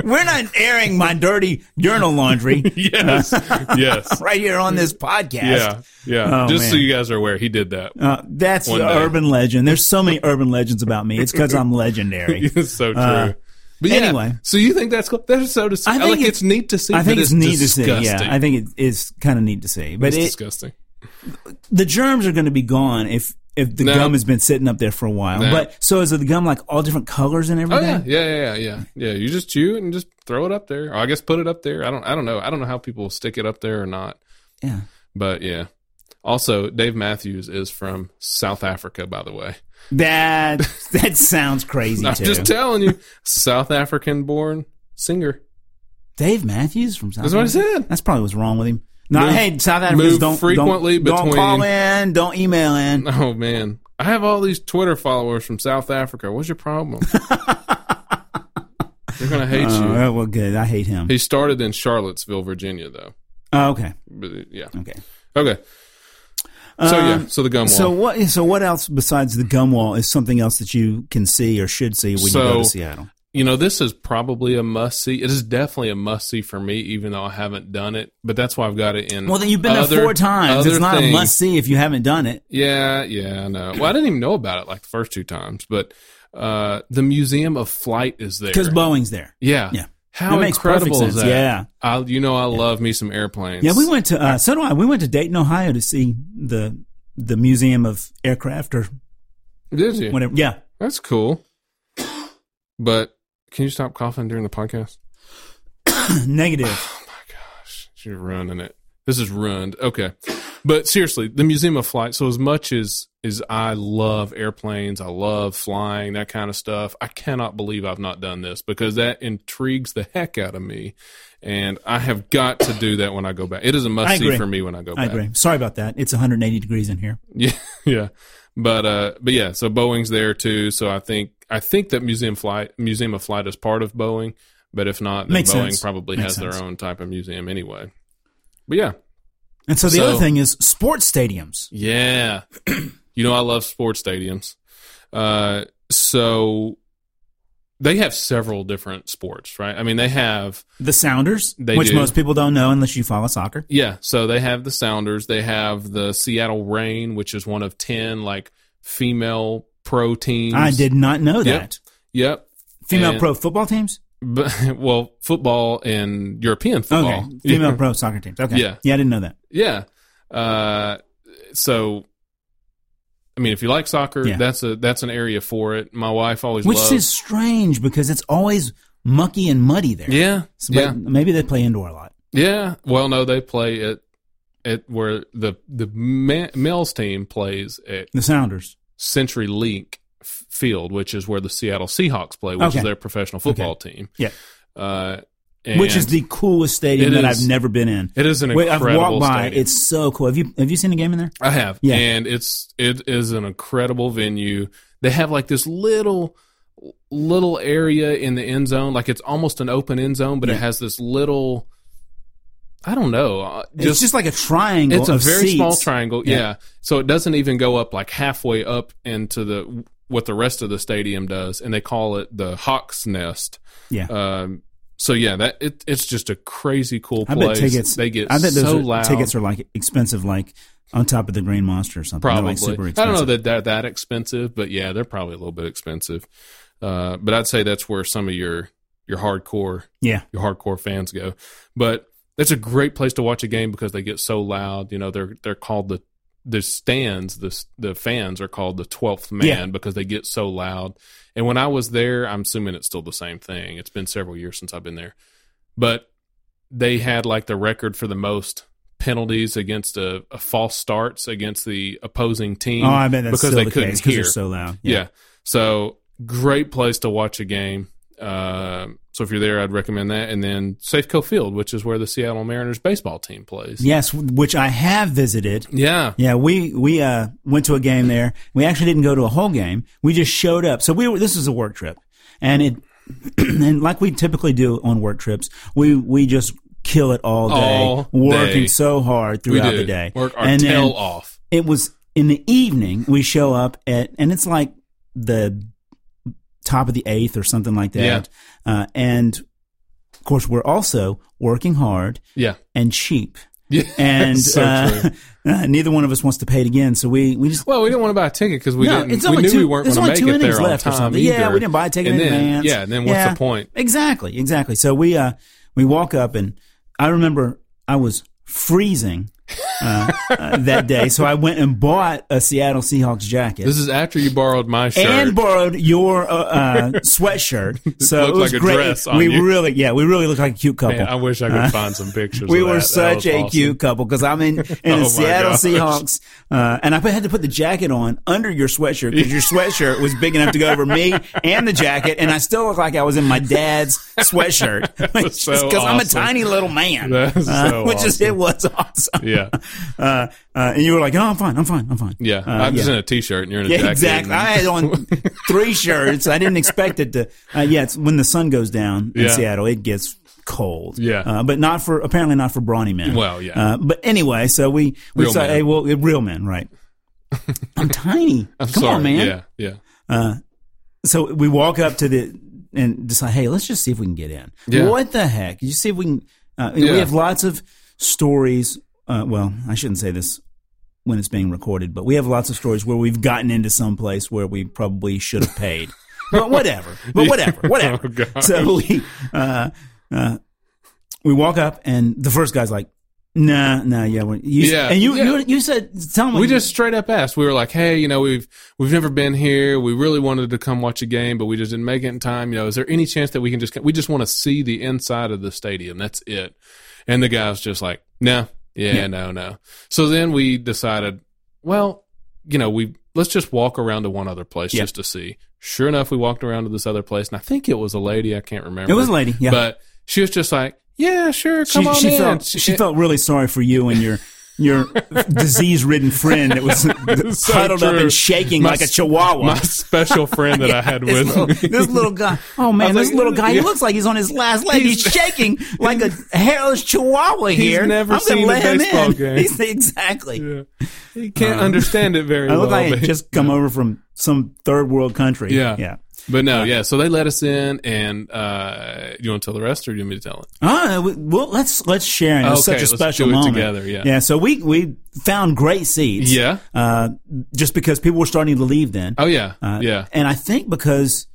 Speaker 2: we're not airing my dirty urinal laundry
Speaker 3: yes, yes,
Speaker 2: right here on this podcast.
Speaker 3: yeah, yeah.
Speaker 2: Oh,
Speaker 3: Just so
Speaker 2: man.
Speaker 3: you guys are aware, he did that.
Speaker 2: Uh, that's
Speaker 3: One
Speaker 2: the
Speaker 3: day.
Speaker 2: urban legend. There's so many urban legends about me. It's because I'm legendary.
Speaker 3: It's so true. but yeah,
Speaker 2: Uh, anyway.
Speaker 3: so you think that's cool? That's so disgusting.
Speaker 2: I think
Speaker 3: like
Speaker 2: it-
Speaker 3: it's neat to see.
Speaker 2: I think
Speaker 3: but
Speaker 2: it's, neat
Speaker 3: disgusting.
Speaker 2: to see. Yeah, I think it is kind of neat to see. But
Speaker 3: it's
Speaker 2: it,
Speaker 3: disgusting.
Speaker 2: the germs are going to be gone if if the
Speaker 3: No.
Speaker 2: gum has been sitting up there for a while.
Speaker 3: No.
Speaker 2: But so is the gum like all different colors and
Speaker 3: Oh
Speaker 2: everything?
Speaker 3: yeah, yeah, yeah, yeah, yeah. Yeah, you just chew it and just throw it up there. Or I guess put it up there. I don't. I don't know. I don't know how people stick it up there or not.
Speaker 2: Yeah.
Speaker 3: But yeah. Also, Dave Matthews is from South Africa, by the way.
Speaker 2: That that sounds crazy
Speaker 3: I'm
Speaker 2: too.
Speaker 3: just telling you, South African born singer.
Speaker 2: Dave Matthews from South.
Speaker 3: That's what I
Speaker 2: Africa.
Speaker 3: said.
Speaker 2: That's probably what's wrong with him. No,
Speaker 3: Move-
Speaker 2: hey, South Africans
Speaker 3: move
Speaker 2: don't
Speaker 3: frequently
Speaker 2: don't, don't
Speaker 3: between-
Speaker 2: call in, don't email in.
Speaker 3: Oh man, I have all these Twitter followers from South Africa. What's your problem? They're gonna hate
Speaker 2: Oh,
Speaker 3: you.
Speaker 2: well, well, good. I hate him.
Speaker 3: He started in Charlottesville, Virginia, though.
Speaker 2: Oh, okay,
Speaker 3: But uh, yeah,
Speaker 2: okay.
Speaker 3: okay. So yeah, so the gum wall.
Speaker 2: Um, So what? So what else besides the gum wall is something else that you can see or should see when you go to
Speaker 3: So-
Speaker 2: Seattle?
Speaker 3: you know, this is probably a must see. It is definitely a must see for me, even though I haven't done it. But that's why I've got it in.
Speaker 2: Well, then you've been
Speaker 3: other-
Speaker 2: there four times. It's
Speaker 3: other
Speaker 2: not a
Speaker 3: things.
Speaker 2: must see if you haven't done it.
Speaker 3: Yeah, yeah, I know. Well, I didn't even know about it like the first two times, but uh, the Museum of Flight is there.
Speaker 2: Because Boeing's there.
Speaker 3: yeah,
Speaker 2: yeah.
Speaker 3: How
Speaker 2: That makes perfect
Speaker 3: incredible is
Speaker 2: sense,
Speaker 3: that?
Speaker 2: yeah.
Speaker 3: I, you know, I love me some airplanes.
Speaker 2: Yeah, we went to uh, so do I. We went to Dayton, Ohio, to see the the Museum of Aircraft or
Speaker 3: Did you?
Speaker 2: whatever. Yeah,
Speaker 3: That's cool. But can you stop coughing during the podcast?
Speaker 2: negative.
Speaker 3: You're ruining it. This is ruined. Okay. But seriously, the Museum of Flight. So as much as as I love airplanes, I love flying, that kind of stuff, I cannot believe I've not done this because that intrigues the heck out of me. And I have got to do that when I go back. It is a must see
Speaker 2: agree.
Speaker 3: for me when I go
Speaker 2: I
Speaker 3: back.
Speaker 2: agree. Sorry about that. It's 180 degrees in here.
Speaker 3: Yeah, yeah, but uh, but yeah, so Boeing's there too. So I think I think that Museum Flight Museum of Flight is part of Boeing, but if not, then
Speaker 2: Makes
Speaker 3: Boeing
Speaker 2: sense.
Speaker 3: probably
Speaker 2: Makes
Speaker 3: has
Speaker 2: sense.
Speaker 3: their own type of museum anyway. But yeah,
Speaker 2: And so the
Speaker 3: So-
Speaker 2: other thing is sports stadiums.
Speaker 3: yeah, you know I love sports stadiums. Uh, so they have several different sports, right? I mean, they have
Speaker 2: The Sounders,
Speaker 3: They
Speaker 2: which
Speaker 3: do.
Speaker 2: most people don't know unless you follow soccer.
Speaker 3: Yeah, so they have the Sounders, they have the Seattle Rain, which is one of 10 like female pro teams.
Speaker 2: I did not know
Speaker 3: Yep.
Speaker 2: that.
Speaker 3: Yep.
Speaker 2: Female
Speaker 3: And-
Speaker 2: pro football teams?
Speaker 3: But, well, football and European football.
Speaker 2: Okay. Female pro soccer teams. Okay.
Speaker 3: Yeah.
Speaker 2: Yeah, I didn't know that.
Speaker 3: Yeah. Uh, so I mean, if you like soccer,
Speaker 2: Yeah.
Speaker 3: that's a that's an area for it. My wife always
Speaker 2: Which
Speaker 3: loves
Speaker 2: is strange because it's always mucky and muddy there.
Speaker 3: Yeah.
Speaker 2: So, but
Speaker 3: yeah.
Speaker 2: Maybe they play indoor a lot.
Speaker 3: Yeah. Well, no, they play at at where the the ma- males team plays at
Speaker 2: The Sounders.
Speaker 3: Century Link f- Field, which is where the Seattle Seahawks play, which
Speaker 2: Okay.
Speaker 3: is their professional football team.
Speaker 2: Yeah.
Speaker 3: Uh,
Speaker 2: Which is
Speaker 3: and
Speaker 2: the coolest stadium
Speaker 3: It
Speaker 2: that
Speaker 3: is-
Speaker 2: I've never been in.
Speaker 3: it is an
Speaker 2: Wait, I've walked
Speaker 3: incredible
Speaker 2: by.
Speaker 3: stadium.
Speaker 2: It's so cool. Have you have you seen a game in there?
Speaker 3: I have,
Speaker 2: Yeah.
Speaker 3: and it's it is an incredible venue. They have like this little little area in the end zone, like it's almost an open end zone, but it has this little. I don't know. uh,
Speaker 2: it's just like a triangle.
Speaker 3: it's a
Speaker 2: of
Speaker 3: very
Speaker 2: seats.
Speaker 3: small triangle yeah.
Speaker 2: Yeah.
Speaker 3: so it doesn't even go up like halfway up into the what the rest of the stadium does and they call it the hawk's nest
Speaker 2: Yeah.
Speaker 3: um, so yeah, that it, it's just a crazy cool
Speaker 2: I
Speaker 3: place.
Speaker 2: bet tickets.
Speaker 3: they get
Speaker 2: I bet those
Speaker 3: so
Speaker 2: are-
Speaker 3: loud.
Speaker 2: tickets are like expensive, like on top of the Green Monster or something. They're,
Speaker 3: probably.
Speaker 2: like super
Speaker 3: I
Speaker 2: expensive.
Speaker 3: don't know that they're that expensive, but yeah, they're probably a little bit expensive. Uh, but I'd say that's where some of your your hardcore
Speaker 2: Yeah,
Speaker 3: your hardcore fans go. But that's a great place to watch a game because they get so loud. You know, they're they're called the the stands. The the fans are called the twelfth man
Speaker 2: Yeah.
Speaker 3: because they get so loud. And when I was there, I'm assuming it's still the same thing. It's been several years since I've been there, but they had like the record for the most penalties against a, a false starts against the opposing team
Speaker 2: Oh, I bet that's
Speaker 3: because
Speaker 2: still
Speaker 3: they
Speaker 2: the
Speaker 3: couldn't
Speaker 2: case because
Speaker 3: hear
Speaker 2: they're so loud.
Speaker 3: yeah. So great place to watch a game. Um so if you're there, I'd recommend that. And then Safeco Field, which is where the Seattle Mariners baseball team plays.
Speaker 2: Yes, which I have visited.
Speaker 3: Yeah.
Speaker 2: Yeah, we we uh, went to a game there. We actually didn't go to a whole game. We just showed up. So we were, this was a work trip, and it and like we typically do on work trips, we we just kill it all day,
Speaker 3: All
Speaker 2: working
Speaker 3: day.
Speaker 2: so hard
Speaker 3: We
Speaker 2: throughout
Speaker 3: do.
Speaker 2: the day.
Speaker 3: Work our
Speaker 2: and then
Speaker 3: tail off.
Speaker 2: it was in the evening. We show up at and it's like the top of the eighth or something like that. Uh, and of course, we're also working hard
Speaker 3: Yeah.
Speaker 2: and cheap
Speaker 3: Yeah.
Speaker 2: and
Speaker 3: So
Speaker 2: uh,
Speaker 3: true.
Speaker 2: neither one of us wants to pay it again. So we we just
Speaker 3: Well, we didn't want to buy a ticket because we
Speaker 2: No,
Speaker 3: didn't.
Speaker 2: it's
Speaker 3: we
Speaker 2: only
Speaker 3: knew
Speaker 2: two-
Speaker 3: we weren't
Speaker 2: there's
Speaker 3: going
Speaker 2: only
Speaker 3: to make
Speaker 2: two
Speaker 3: it
Speaker 2: innings
Speaker 3: there on
Speaker 2: left or
Speaker 3: time.
Speaker 2: something. Yeah,
Speaker 3: either.
Speaker 2: we didn't buy a ticket
Speaker 3: and
Speaker 2: in
Speaker 3: then,
Speaker 2: advance.
Speaker 3: Yeah, and then what's
Speaker 2: Yeah.
Speaker 3: the point?
Speaker 2: exactly exactly. So we uh we walk up and I remember I was freezing uh, uh, that day, so I went and bought a Seattle Seahawks jacket.
Speaker 3: This is after you borrowed my shirt.
Speaker 2: and borrowed your uh, uh, sweatshirt, so
Speaker 3: Looked
Speaker 2: it was
Speaker 3: like a
Speaker 2: great.
Speaker 3: dress on
Speaker 2: we
Speaker 3: you.
Speaker 2: really, yeah, we really looked like a cute couple.
Speaker 3: Man, I wish I could find some pictures.
Speaker 2: We
Speaker 3: of that.
Speaker 2: were
Speaker 3: That
Speaker 2: such
Speaker 3: was
Speaker 2: a
Speaker 3: awesome.
Speaker 2: cute couple because I'm in, in
Speaker 3: Oh
Speaker 2: the
Speaker 3: my
Speaker 2: Seattle
Speaker 3: gosh.
Speaker 2: Seahawks, uh, and I had to put the jacket on under your sweatshirt because your sweatshirt was big enough to go over me and the jacket, and I still look like I was in my dad's sweatshirt because
Speaker 3: so
Speaker 2: I'm a
Speaker 3: awesome.
Speaker 2: tiny little man,
Speaker 3: That is
Speaker 2: uh,
Speaker 3: so
Speaker 2: which is it was awesome.
Speaker 3: Yeah,
Speaker 2: Uh, uh, and you were like, "Oh, I'm fine, I'm fine, I'm fine."
Speaker 3: yeah.
Speaker 2: Uh,
Speaker 3: I'm just
Speaker 2: yeah.
Speaker 3: in a t-shirt and you're in a
Speaker 2: Yeah,
Speaker 3: jacket.
Speaker 2: exactly.
Speaker 3: and-
Speaker 2: I had on three shirts. I didn't expect it to. Uh, yeah, it's when the sun goes down in
Speaker 3: Yeah.
Speaker 2: Seattle, it gets cold.
Speaker 3: Yeah.
Speaker 2: uh, but not for apparently not for brawny men.
Speaker 3: Well, yeah.
Speaker 2: Uh, but anyway, so we we
Speaker 3: Real
Speaker 2: saw
Speaker 3: men.
Speaker 2: hey, well, uh, real men, right? I'm tiny.
Speaker 3: I'm
Speaker 2: Come
Speaker 3: sorry.
Speaker 2: on, man.
Speaker 3: Yeah, yeah.
Speaker 2: So we walk up to the and decide, hey, let's just see if we can get in.
Speaker 3: Yeah.
Speaker 2: What the heck? You see if we can. Uh, We
Speaker 3: Yeah.
Speaker 2: have lots of stories. Uh, well, I shouldn't say this when it's being recorded, but we have lots of stories where we've gotten into some place where we probably should have paid. but whatever. But whatever.
Speaker 3: Oh,
Speaker 2: Whatever.
Speaker 3: gosh.
Speaker 2: so we uh, uh, we walk up, and the first guy's like, "Nah, nah, yeah." we you,
Speaker 3: Yeah,
Speaker 2: and you,
Speaker 3: yeah.
Speaker 2: you you said, "Tell me."
Speaker 3: we just straight up asked. We were like, "Hey, you know, we've we've never been here. We really wanted to come watch a game, but we just didn't make it in time. You know, is there any chance that we can just we just want to see the inside of the stadium? That's it." And the guy's just like, "No, yeah,
Speaker 2: Yeah.
Speaker 3: no, no." So then we decided, well, you know, we let's just walk around to one other place
Speaker 2: Yeah.
Speaker 3: just to see. Sure enough, we walked around to this other place, and I think it was a lady. I can't remember.
Speaker 2: It was a lady. Yeah.
Speaker 3: but she was just like, "Yeah, sure, come
Speaker 2: she,
Speaker 3: on
Speaker 2: she
Speaker 3: in."
Speaker 2: felt she, felt really sorry for you and your your disease ridden friend that was
Speaker 3: so
Speaker 2: huddled up
Speaker 3: true.
Speaker 2: and shaking
Speaker 3: My
Speaker 2: like a
Speaker 3: s-
Speaker 2: chihuahua.
Speaker 3: my special friend that I had
Speaker 2: this,
Speaker 3: with
Speaker 2: little,
Speaker 3: me.
Speaker 2: this little guy, oh man,
Speaker 3: I was
Speaker 2: this
Speaker 3: like,
Speaker 2: little guy, he
Speaker 3: yeah.
Speaker 2: looks like he's on his last leg. He's, shaking like a hairless chihuahua here.
Speaker 3: never
Speaker 2: I'm gonna
Speaker 3: seen a
Speaker 2: let him
Speaker 3: baseball
Speaker 2: in.
Speaker 3: game.
Speaker 2: He's, exactly.
Speaker 3: Yeah. He can't understand it very
Speaker 2: I
Speaker 3: well.
Speaker 2: look like I
Speaker 3: but,
Speaker 2: had just come over from some third world country.
Speaker 3: Yeah.
Speaker 2: yeah. Uh,
Speaker 3: but no, yeah. So they let us in, and uh, you want to tell the rest, or do you want me to tell it?
Speaker 2: Ah, we- well, let's let's share. It was
Speaker 3: Okay,
Speaker 2: such a
Speaker 3: let's
Speaker 2: special
Speaker 3: do it
Speaker 2: moment.
Speaker 3: together, yeah.
Speaker 2: So we we found great seats.
Speaker 3: Yeah.
Speaker 2: Uh, just because people were starting to leave then.
Speaker 3: Oh yeah,
Speaker 2: Uh,
Speaker 3: yeah,
Speaker 2: And I think because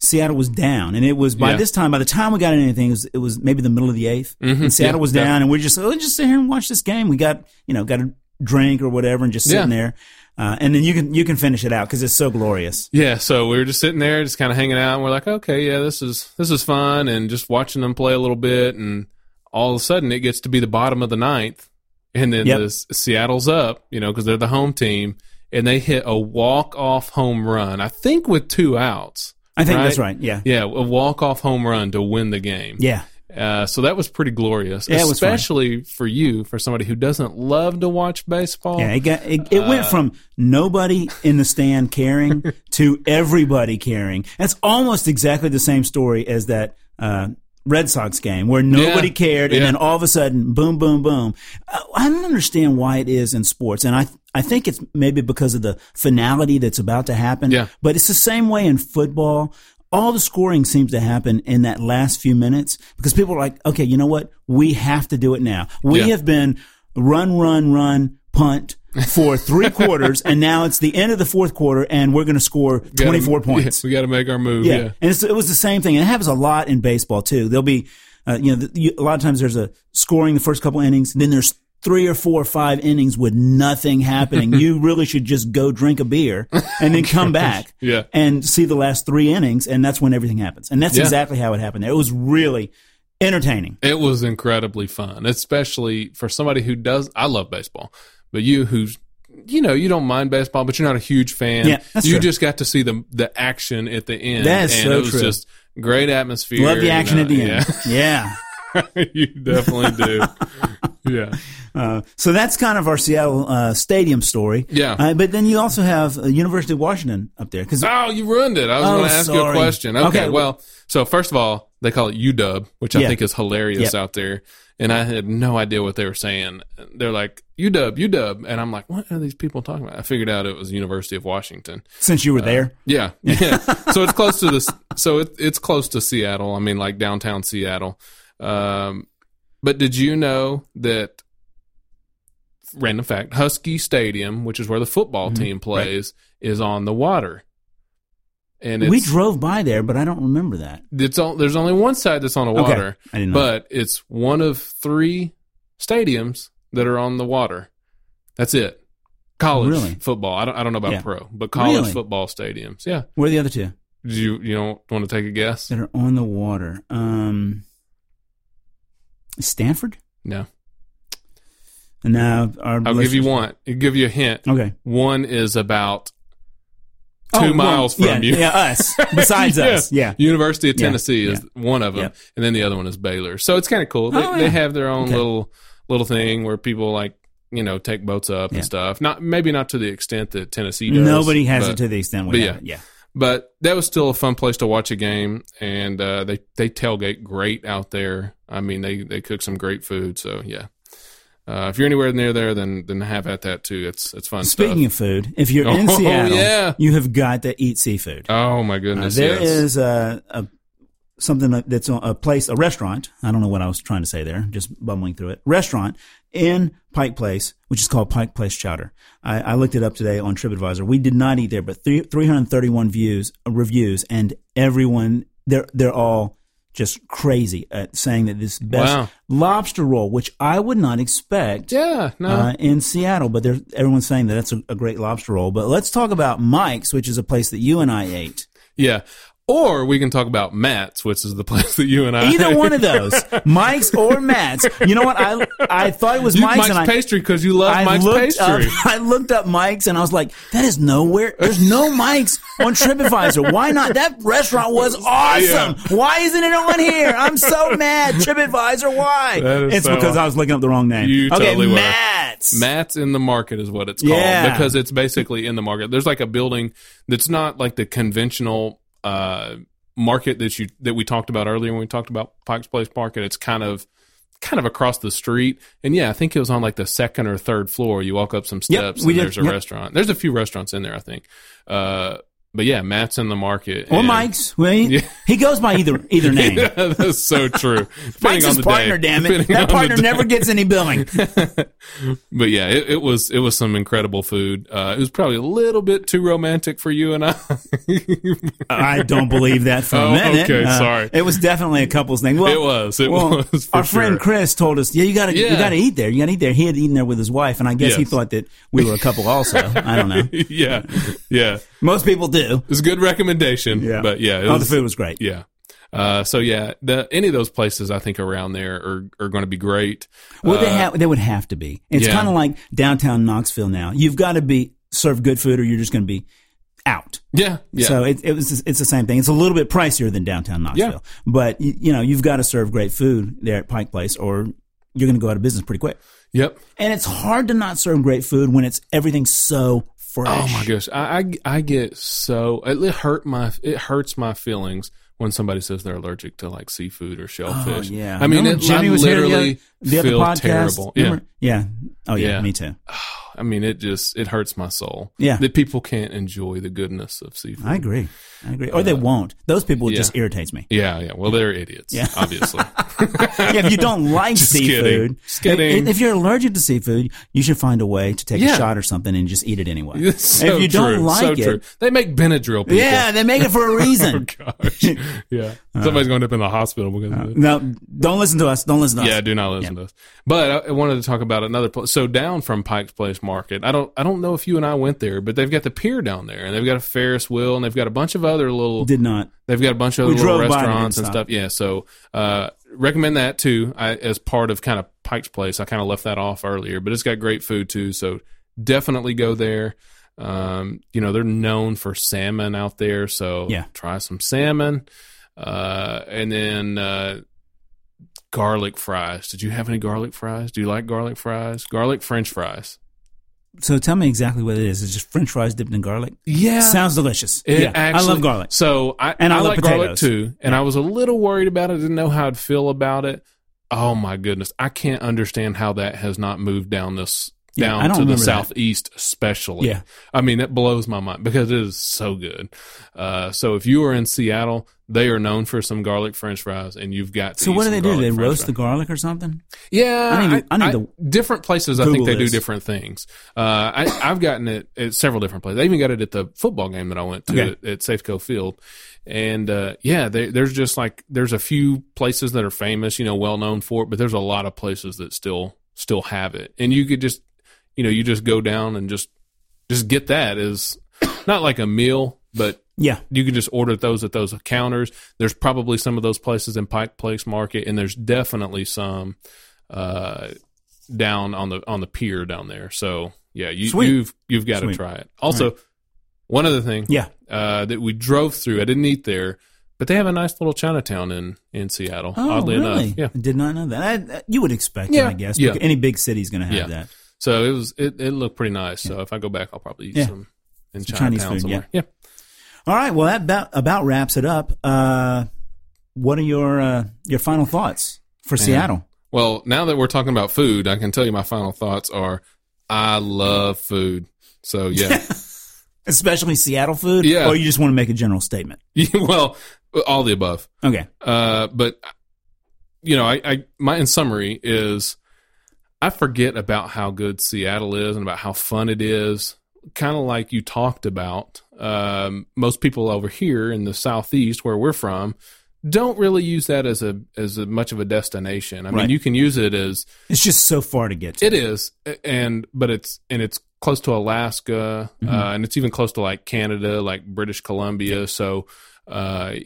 Speaker 2: Seattle was down, and it was by
Speaker 3: Yeah.
Speaker 2: this time, by the time we got into anything, it was, it was maybe the middle of the 8th and Seattle
Speaker 3: Mm-hmm. Yeah,
Speaker 2: was down, and we're just oh, let's just sit here and watch this game. We got you know got a drink or whatever, and just sitting
Speaker 3: Yeah.
Speaker 2: there. Uh, and then you can you can finish it out because it's so glorious.
Speaker 3: yeah. So we were just sitting there, just kind of hanging out, and we're like, okay, yeah, this is this is fun, and just watching them play a little bit, and all of a sudden it gets to be the bottom of the ninth, and then
Speaker 2: Yep.
Speaker 3: the S- Seattle's up, you know, because they're the home team, and they hit a walk off home run, I think with two outs.
Speaker 2: I think that's right. Yeah,
Speaker 3: Yeah, a walk off home run to win the game.
Speaker 2: yeah.
Speaker 3: Uh, so that was pretty glorious,
Speaker 2: Yeah, it was fun.
Speaker 3: especially for you, for somebody who doesn't love to watch baseball.
Speaker 2: Yeah, it got it, it
Speaker 3: Uh,
Speaker 2: went from nobody in the stand caring to everybody caring. That's almost exactly the same story as that uh, Red Sox game where nobody
Speaker 3: Yeah,
Speaker 2: cared, and
Speaker 3: yeah.
Speaker 2: then all of a sudden, boom, boom, boom. I, I don't understand why it is in sports, and I I think it's maybe because of the finality that's about to happen.
Speaker 3: Yeah.
Speaker 2: but it's the same way in football. all the scoring seems to happen in that last few minutes because people are like, okay, you know what? We have to do it now. We
Speaker 3: Yeah.
Speaker 2: have been run, run, run, punt for three quarters, and now it's the end of the fourth quarter, and we're going to score
Speaker 3: Gotta-
Speaker 2: 24 points.
Speaker 3: Yeah, we got to make our move.
Speaker 2: Yeah,
Speaker 3: Yeah.
Speaker 2: and it's, it was the same thing. And it happens a lot in baseball too. There'll be, uh, you know, the, you, a lot of times there's a scoring the first couple innings, then there's three or four or five innings with nothing happening. you really should just go drink a beer and then come back,
Speaker 3: Yeah.
Speaker 2: and see the last three innings, and that's when everything happens. And that's
Speaker 3: Yeah.
Speaker 2: exactly how it happened. There. It was really entertaining.
Speaker 3: It was incredibly fun, especially for somebody who does. I love baseball, but you who's you know you don't mind baseball, but you're not a huge fan.
Speaker 2: Yeah, that's
Speaker 3: you
Speaker 2: true.
Speaker 3: just got to see the the action at the end.
Speaker 2: That is
Speaker 3: and
Speaker 2: so
Speaker 3: it was
Speaker 2: true.
Speaker 3: Just great atmosphere.
Speaker 2: Love the
Speaker 3: you
Speaker 2: action
Speaker 3: know,
Speaker 2: at the end. yeah.
Speaker 3: Yeah, you definitely do. yeah,
Speaker 2: Uh, so that's kind of our Seattle uh, stadium story.
Speaker 3: Yeah.
Speaker 2: Uh, but then you also have uh, University of Washington up there because
Speaker 3: Oh, you ruined it. I was
Speaker 2: Oh,
Speaker 3: going to ask you a
Speaker 2: sorry.
Speaker 3: question. Okay,
Speaker 2: Okay,
Speaker 3: well, so first of all, they call it UW, which I
Speaker 2: Yeah.
Speaker 3: think is hilarious
Speaker 2: Yep.
Speaker 3: out there. And I had no idea what they were saying. They're like, UW, UW. And I'm like, what are these people talking about? I figured out it was University of Washington.
Speaker 2: since
Speaker 3: uh,
Speaker 2: you were there.
Speaker 3: Yeah. Yeah. so it's close to this. So it, it's close to Seattle. I mean, like downtown Seattle. Um, but did you know that, random fact, Husky Stadium, which is where the football
Speaker 2: Mhm.
Speaker 3: team plays, is on the water. And it's,
Speaker 2: we drove by there, but I don't remember that.
Speaker 3: it's on, there's only one side that's on the water,
Speaker 2: I didn't know.
Speaker 3: but it's one of three stadiums that are on the water. That's it. College
Speaker 2: Really?
Speaker 3: football. I don't, I don't know about
Speaker 2: Yeah.
Speaker 3: pro, but college
Speaker 2: Really?
Speaker 3: football stadiums. Yeah.
Speaker 2: where are the other two
Speaker 3: Do you you don't want to take a guess?
Speaker 2: that are on the water? Um, Stanford?
Speaker 3: No.
Speaker 2: No, our
Speaker 3: I'll give you one. I'll give you a hint.
Speaker 2: Okay,
Speaker 3: One is about
Speaker 2: Two
Speaker 3: Two miles from
Speaker 2: Oh, yeah,
Speaker 3: you.
Speaker 2: Yeah, us. Besides
Speaker 3: Yeah.
Speaker 2: us, yeah.
Speaker 3: University of
Speaker 2: Yeah,
Speaker 3: Tennessee is one of them, and then the other one is Baylor. So it's kind of cool. They,
Speaker 2: Oh,
Speaker 3: they
Speaker 2: yeah.
Speaker 3: have their own
Speaker 2: Okay.
Speaker 3: little little thing where people like you know take boats up
Speaker 2: Yeah.
Speaker 3: and stuff. Not maybe not to the extent that Tennessee does.
Speaker 2: Nobody has
Speaker 3: but,
Speaker 2: it to the extent
Speaker 3: but
Speaker 2: we
Speaker 3: yeah.
Speaker 2: have. It. Yeah,
Speaker 3: But that was still a fun place to watch a game, and uh, they they tailgate great out there. I mean they they cook some great food. So yeah. Uh, if you're anywhere near there, then then have at that too. It's it's fun stuff.
Speaker 2: Speaking of food, if you're in
Speaker 3: Oh,
Speaker 2: Seattle,
Speaker 3: yeah.
Speaker 2: you have got to eat seafood.
Speaker 3: Oh my
Speaker 2: Uh,
Speaker 3: goodness!
Speaker 2: there
Speaker 3: yes.
Speaker 2: is a, a something that- that's on a place, a restaurant. I don't know what I was trying to say there, just bumbling through it. Restaurant in Pike Place, which is called Pike Place Chowder. I, I looked it up today on TripAdvisor. We did not eat there, but three, 331 views, uh, reviews, and everyone they're they're all just crazy at saying that this best
Speaker 3: Wow.
Speaker 2: lobster roll, which I would not expect
Speaker 3: Yeah, no.
Speaker 2: uh, in Seattle, but there's everyone's saying that that's a, a great lobster roll. But let's talk about Mike's, which is a place that you and I ate.
Speaker 3: yeah. Or we can talk about Matt's, which is the place that you and I
Speaker 2: Either one of those, Mike's or Matt's. You know what? I I thought it was
Speaker 3: You-
Speaker 2: Mike's,
Speaker 3: Mike's,
Speaker 2: and I.
Speaker 3: pastry because you love
Speaker 2: I
Speaker 3: Mike's
Speaker 2: looked
Speaker 3: pastry.
Speaker 2: up. I looked up Mike's, and I was like, "That is nowhere. There's no Mike's on TripAdvisor. Why not? That restaurant was awesome. Why isn't it on here? I'm so mad. TripAdvisor, why?
Speaker 3: That is
Speaker 2: It's
Speaker 3: so
Speaker 2: because I was looking up the wrong name.
Speaker 3: You
Speaker 2: okay,
Speaker 3: totally were.
Speaker 2: Matt's.
Speaker 3: Matt's in the market is what it's called
Speaker 2: Yeah.
Speaker 3: because it's basically in the market. There's like a building that's not like the conventional uh, market that you that we talked about earlier when we talked about Pike's Place Market. It's kind of kind of across the street, and yeah, I think it was on like the second or third floor. You walk up some steps,
Speaker 2: we
Speaker 3: and
Speaker 2: did.
Speaker 3: there's a
Speaker 2: Yep.
Speaker 3: restaurant. There's a few restaurants in there, I think. Uh, but yeah, Matt's in the market
Speaker 2: or
Speaker 3: and-
Speaker 2: Mike's. Well, he, he goes by either either name.
Speaker 3: Yeah, that's so true.
Speaker 2: Mike's
Speaker 3: Depending on
Speaker 2: his
Speaker 3: the
Speaker 2: partner,
Speaker 3: day.
Speaker 2: damn it.
Speaker 3: Depending on
Speaker 2: That
Speaker 3: the
Speaker 2: partner
Speaker 3: day.
Speaker 2: never gets any billing.
Speaker 3: But yeah, it, it was it was some incredible food. Uh, it was probably a little bit too romantic for you and I.
Speaker 2: I don't believe that for
Speaker 3: Oh,
Speaker 2: a minute. Uh,
Speaker 3: okay, sorry.
Speaker 2: It was definitely a couple's thing. Well,
Speaker 3: it was. It
Speaker 2: well,
Speaker 3: was. For
Speaker 2: our friend
Speaker 3: sure.
Speaker 2: Chris told us, "Yeah, you got to, you
Speaker 3: Yeah.
Speaker 2: got to eat there. You got to eat there." He had eaten there with his wife, and I guess he
Speaker 3: Yes.
Speaker 2: thought that we were a couple. Also, I don't know.
Speaker 3: yeah, yeah. It
Speaker 2: Most people do.
Speaker 3: was a good recommendation.
Speaker 2: Yeah.
Speaker 3: But yeah, it
Speaker 2: Oh, the
Speaker 3: was,
Speaker 2: food was great.
Speaker 3: yeah. Uh, so yeah, the, any of those places I think around there are, are going to be great.
Speaker 2: Well, they
Speaker 3: Uh,
Speaker 2: have. They would have to be. It's
Speaker 3: yeah.
Speaker 2: kind of like downtown Knoxville now. You've got to be serve good food, or you're just going to be out.
Speaker 3: Yeah, yeah.
Speaker 2: So it, it was it's the same thing. It's a little bit pricier than downtown Knoxville,
Speaker 3: Yeah.
Speaker 2: but you, you know you've got to serve great food there at Pike Place, or you're going to go out of business pretty quick.
Speaker 3: yep.
Speaker 2: And it's hard to not serve great food when it's everything's so fresh.
Speaker 3: Oh my gosh, I, I I get so it li- hurt my it hurts my feelings when somebody says they're allergic to like seafood or shellfish.
Speaker 2: Oh, yeah.
Speaker 3: I mean,
Speaker 2: Remember
Speaker 3: it, I literally
Speaker 2: here the other- the other
Speaker 3: feel
Speaker 2: podcast?
Speaker 3: terrible. Yeah.
Speaker 2: Remember? yeah. Oh yeah,
Speaker 3: Yeah.
Speaker 2: me too.
Speaker 3: I mean, it just it hurts my soul.
Speaker 2: Yeah.
Speaker 3: that people can't enjoy the goodness of seafood.
Speaker 2: I agree. I agree. Or they won't. Those people
Speaker 3: yeah.
Speaker 2: just irritates me.
Speaker 3: yeah, yeah. Well, they're idiots.
Speaker 2: Yeah.
Speaker 3: obviously.
Speaker 2: Yeah, if you don't like
Speaker 3: Just kidding.
Speaker 2: seafood,
Speaker 3: Just kidding.
Speaker 2: If, if you're allergic to seafood, you should find a way to take
Speaker 3: Yeah.
Speaker 2: a shot or something and just eat it anyway.
Speaker 3: It's so
Speaker 2: if you
Speaker 3: true,
Speaker 2: don't like
Speaker 3: so
Speaker 2: it,
Speaker 3: true. they make Benadryl. People.
Speaker 2: yeah, they make it for a
Speaker 3: Oh
Speaker 2: reason.
Speaker 3: gosh. Yeah. Somebody's going to end up in the hospital because of
Speaker 2: uh,
Speaker 3: it.
Speaker 2: no, don't listen to us. Don't listen to
Speaker 3: Yeah,
Speaker 2: us.
Speaker 3: do not listen to us. But I I wanted to talk about another place. So down from Pike's Place Market, I don't, I don't know if you and I went there, but they've got the pier down there, and they've got a Ferris wheel, and they've got a bunch of other little,
Speaker 2: Did not.
Speaker 3: they've got a bunch of
Speaker 2: We
Speaker 3: other little
Speaker 2: drove by there and
Speaker 3: restaurants and
Speaker 2: stopped.
Speaker 3: stuff. Yeah, so uh, recommend that too I, as part of kind of Pike's Place. I kind of left that off earlier, but it's got great food too. So definitely go there. Um, you know they're known for salmon out there, so
Speaker 2: Yeah.
Speaker 3: try some salmon, uh, and then. Uh, garlic fries. Did you have any garlic fries? Do you like garlic fries? Garlic French fries.
Speaker 2: So tell me exactly what it is. It's just French fries dipped in garlic.
Speaker 3: Yeah.
Speaker 2: Sounds delicious.
Speaker 3: It
Speaker 2: yeah,
Speaker 3: actually-
Speaker 2: I love garlic.
Speaker 3: So I
Speaker 2: And
Speaker 3: I,
Speaker 2: I love
Speaker 3: like garlic
Speaker 2: potatoes.
Speaker 3: too, and I was a little worried about it. Didn't know how I'd feel about it. Oh my goodness, I can't understand how that has not moved down this
Speaker 2: Yeah,
Speaker 3: down
Speaker 2: I don't
Speaker 3: to the
Speaker 2: remember that.
Speaker 3: southeast, especially.
Speaker 2: Yeah.
Speaker 3: I mean it blows my mind because it is so good. Uh, so if you are in Seattle, they are known for some garlic French fries, and you've got to
Speaker 2: So
Speaker 3: eat
Speaker 2: what do
Speaker 3: some
Speaker 2: they do? Do
Speaker 3: garlic
Speaker 2: They
Speaker 3: french
Speaker 2: roast
Speaker 3: fries.
Speaker 2: the garlic or something?
Speaker 3: Yeah,
Speaker 2: I need to- I need to
Speaker 3: different places. I
Speaker 2: Google
Speaker 3: think they
Speaker 2: this.
Speaker 3: do different things. Uh, I, I've gotten it at several different places. I even got it at the football game that I went to
Speaker 2: Okay.
Speaker 3: at, at Safeco Field, and uh, yeah, they, there's just like there's a few places that are famous, you know, well known for it, but there's a lot of places that still still have it, and you could just you know you just go down and just just get that as not like a meal, but
Speaker 2: Yeah.
Speaker 3: you can just order those at those counters. There's probably some of those places in Pike Place Market, and there's definitely some uh, down on the on the pier down there. So yeah, you,
Speaker 2: Sweet.
Speaker 3: you've you've got to
Speaker 2: Sweet.
Speaker 3: try it. Also, one other thing
Speaker 2: Yeah.
Speaker 3: uh, that we drove through, I didn't eat there, but they have a nice little Chinatown in in Seattle.
Speaker 2: Oh,
Speaker 3: oddly
Speaker 2: really?
Speaker 3: enough, yeah.
Speaker 2: I did not know that. I, you would expect it,
Speaker 3: Yeah,
Speaker 2: I guess.
Speaker 3: yeah.
Speaker 2: because Any big city's going to have
Speaker 3: Yeah.
Speaker 2: that.
Speaker 3: So it was it, it looked pretty nice. So if I go back, I'll probably eat
Speaker 2: Yeah.
Speaker 3: some in
Speaker 2: Chinese
Speaker 3: Chinatown
Speaker 2: food,
Speaker 3: somewhere. Yeah.
Speaker 2: All right. Well, that about, about wraps it up. Uh, what are your uh, your final thoughts for Seattle?
Speaker 3: Well, now that we're talking about food, I can tell you my final thoughts are I love food. So yeah.
Speaker 2: Especially Seattle food?
Speaker 3: Yeah.
Speaker 2: Or you just want to make a general statement?
Speaker 3: well, all the above.
Speaker 2: Okay.
Speaker 3: Uh, but you know, I, I my in summary is I forget about how good Seattle is and about how fun it is. Kind of like you talked about, um, most people over here in the southeast where we're from don't really use that as a as a much of a destination. I mean,
Speaker 2: Right.
Speaker 3: you can use it as
Speaker 2: It's just so far to get to.
Speaker 3: it is, a- and but it's and it's close to Alaska, uh, and it's even close to like Canada, like British Columbia. So, uh,